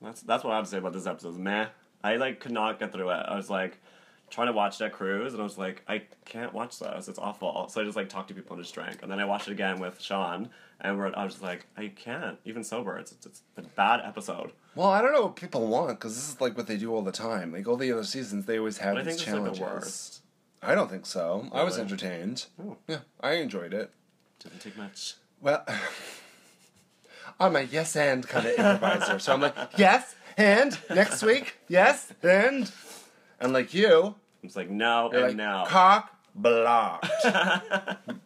B: That's that's what I have to say about this episode. is Meh. I like could not get through it. I was like trying to watch that cruise, and I was like, I can't watch this. It's awful. So I just like talked to people and just drank, and then I watched it again with Sean, and we're, I was just like, I can't even sober. It's it's a bad episode.
A: Well, I don't know what people want because this is like what they do all the time. Like all the other seasons, they always have
B: But I think
A: these
B: this is like
A: challenges.
B: the worst.
A: I don't think so. I was
B: Really?
A: entertained.
B: Oh.
A: Yeah, I enjoyed it.
B: Didn't take much.
A: Well, I'm a yes and kind of improviser, so I'm like yes and next week yes and and like you,
B: It's like no
A: you're
B: and
A: like
B: no.
A: cock blocked.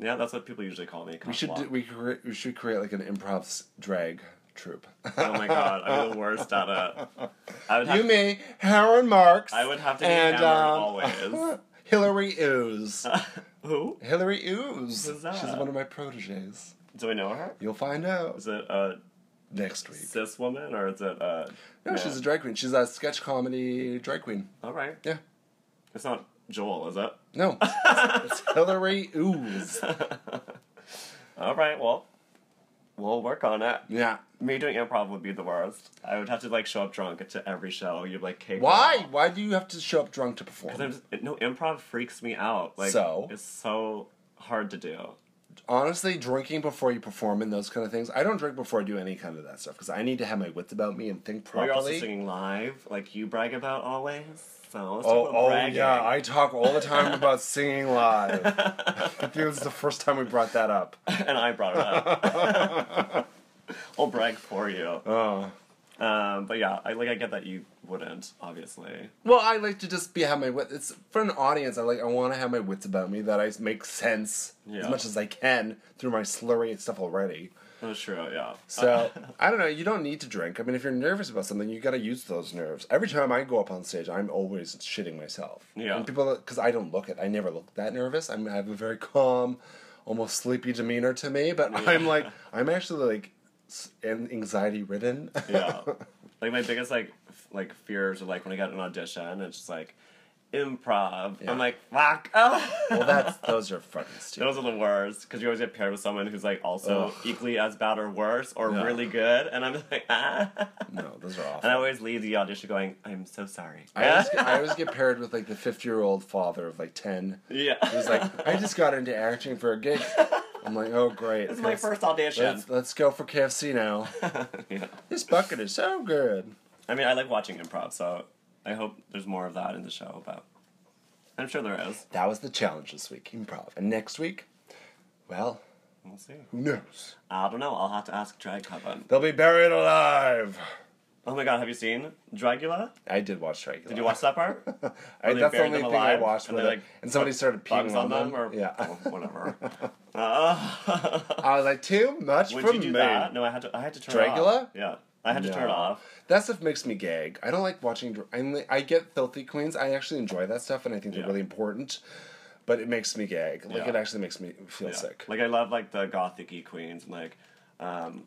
B: yeah, that's what people usually call me.
A: we should do, we cre- we should create like an improv s- drag troupe.
B: Oh my god, I'm the worst at it. I would have.
A: you, me, Howard Marks.
B: I would have to be
A: and, uh,
B: hammered
A: um,
B: always.
A: Hillary Ooze.
B: Who?
A: Hillary Ooze.
B: Who's that?
A: She's one of my proteges.
B: Do we know her?
A: You'll find out
B: Is it a
A: next week.
B: cis woman or is it uh, a?
A: No, she's a drag queen. She's a sketch comedy drag queen.
B: All right.
A: Yeah.
B: It's not Joel, is it?
A: No. it's Hillary Ooze.
B: All right. Well, we'll work on it.
A: Yeah.
B: Me doing improv would be the worst. I would have to like show up drunk to every show. You'd like cake.
A: Why? Why do you have to show up drunk to perform?
B: Because I'm just- no improv freaks me out. Like
A: So?
B: it's so hard to do.
A: honestly, drinking before you perform and those kind of things. I don't drink before I do any kind of that stuff because I need to have my wits about me and think
B: Well, you're also
A: properly.
B: singing live, like you brag about always. So let's
A: Oh,
B: talk about
A: oh
B: bragging.
A: yeah, I talk all the time about singing live. I think this is the first time we brought that up.
B: and I brought it up. I'll brag for you.
A: Uh,
B: Um, but yeah, I like I get that you wouldn't, obviously.
A: well, I like to just be have my wits. It's for an audience. I like I want to have my wits about me that I make sense
B: Yeah.
A: as much as I can through my slurry stuff already.
B: That's true. Yeah.
A: So
B: Uh.
A: I don't know. You don't need to drink. I mean, if you're nervous about something, you got to use those nerves. Every time I go up on stage, I'm always shitting myself.
B: Yeah.
A: And people, because I don't look it. I never look that nervous. I'm, I have a very calm, almost sleepy demeanor to me. But I'm like, I'm actually like, s- an anxiety ridden.
B: yeah. Like my biggest like f- like fears are like when I got an audition, it's just like improv.
A: Yeah.
B: I'm like fuck. Oh.
A: well, that's those are fucking stupid.
B: Those are the worst because you always get paired with someone who's like also
A: Ugh.
B: equally as bad or worse or
A: Yeah.
B: really good, and I'm like ah.
A: No, those are awful.
B: And I always leave the audition going, I'm so sorry.
A: I always, get, I always get paired with like the 50 year old father of like 10.
B: yeah.
A: He's like, I just got into acting for a gig. I'm like, oh great.
B: This is my
A: Okay,
B: first audition.
A: Let's, let's go for KFC now.
B: yeah.
A: This bucket is so good.
B: I mean, I like watching improv, so I hope there's more of that in the show, but I'm sure there is.
A: That was the challenge this week, improv. And next week, well,
B: We'll see.
A: who knows?
B: I don't know. I'll have to ask Drag Coven.
A: They'll be buried alive.
B: Oh my god, have you seen Dragula?
A: I did watch Dracula.
B: Did you watch that part?
A: I,
B: they
A: that's the
B: buried
A: only
B: them
A: thing I
B: alive?
A: watched.
B: And
A: with
B: they,
A: it.
B: like,
A: and somebody started
B: Bugs
A: peeing
B: on them, or
A: yeah.
B: oh, whatever. Uh,
A: I was like, too much
B: would
A: for
B: you do
A: me.
B: that? No, I had to. I had to turn it
A: Dragula?
B: off. Yeah, I had to turn it
A: No.
B: off.
A: That stuff makes me gag. I don't like watching. dr- I only- I get filthy queens. I actually enjoy that stuff, and I think they're
B: Yeah.
A: really important. But it makes me gag. Like
B: Yeah.
A: it actually makes me feel
B: Yeah.
A: sick.
B: Like I love like the gothic queens and like um,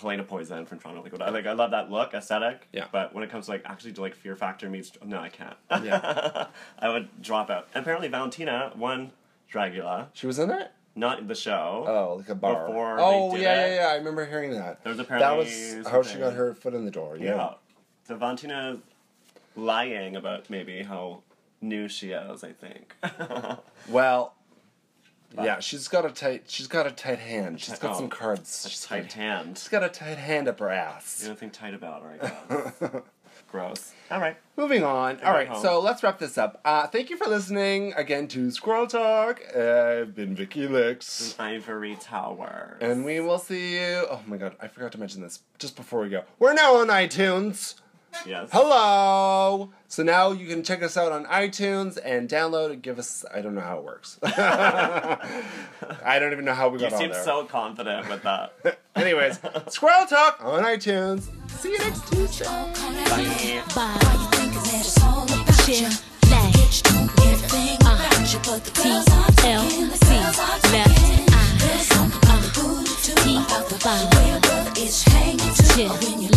B: Helena Poison from Toronto. Like, what, I- like I love that look aesthetic.
A: Yeah.
B: But when it comes to like actually to like Fear Factor meets no, I can't.
A: Yeah.
B: I would drop out. And apparently Valentina won Dragula,
A: she was in it.
B: not in the show.
A: Oh, like a bar.
B: Before
A: oh,
B: they did
A: yeah,
B: it.
A: yeah, yeah. I remember hearing that.
B: There was
A: that
B: apparently
A: was how she
B: something-
A: got her foot in the door. Yeah.
B: yeah. So Valentina's lying about maybe how new she is. I think.
A: Well, yeah, she's got a tight. She's got a tight hand. She's got
B: Oh,
A: some cards. She's
B: Such
A: got,
B: tight hand.
A: she's got a tight hand up her ass.
B: There's nothing tight about her. I guess. Gross. All right.
A: Moving on. All right,
B: home.
A: so let's wrap this up. Uh, thank you for listening again to Squirrel Talk. I've been Vicky Licks.
B: Ivory Tower.
A: And we will see you. Oh my god, I forgot to mention this just before we go. We're now on iTunes.
B: yes.
A: Hello! So now you can check us out on iTunes and download and give us. I don't know how it works. I don't even know how we
B: You
A: got on
B: seem
A: there.
B: so confident with that.
A: Anyways, Squirrel Talk on iTunes. See you next Tuesday.
C: It's hanging to when you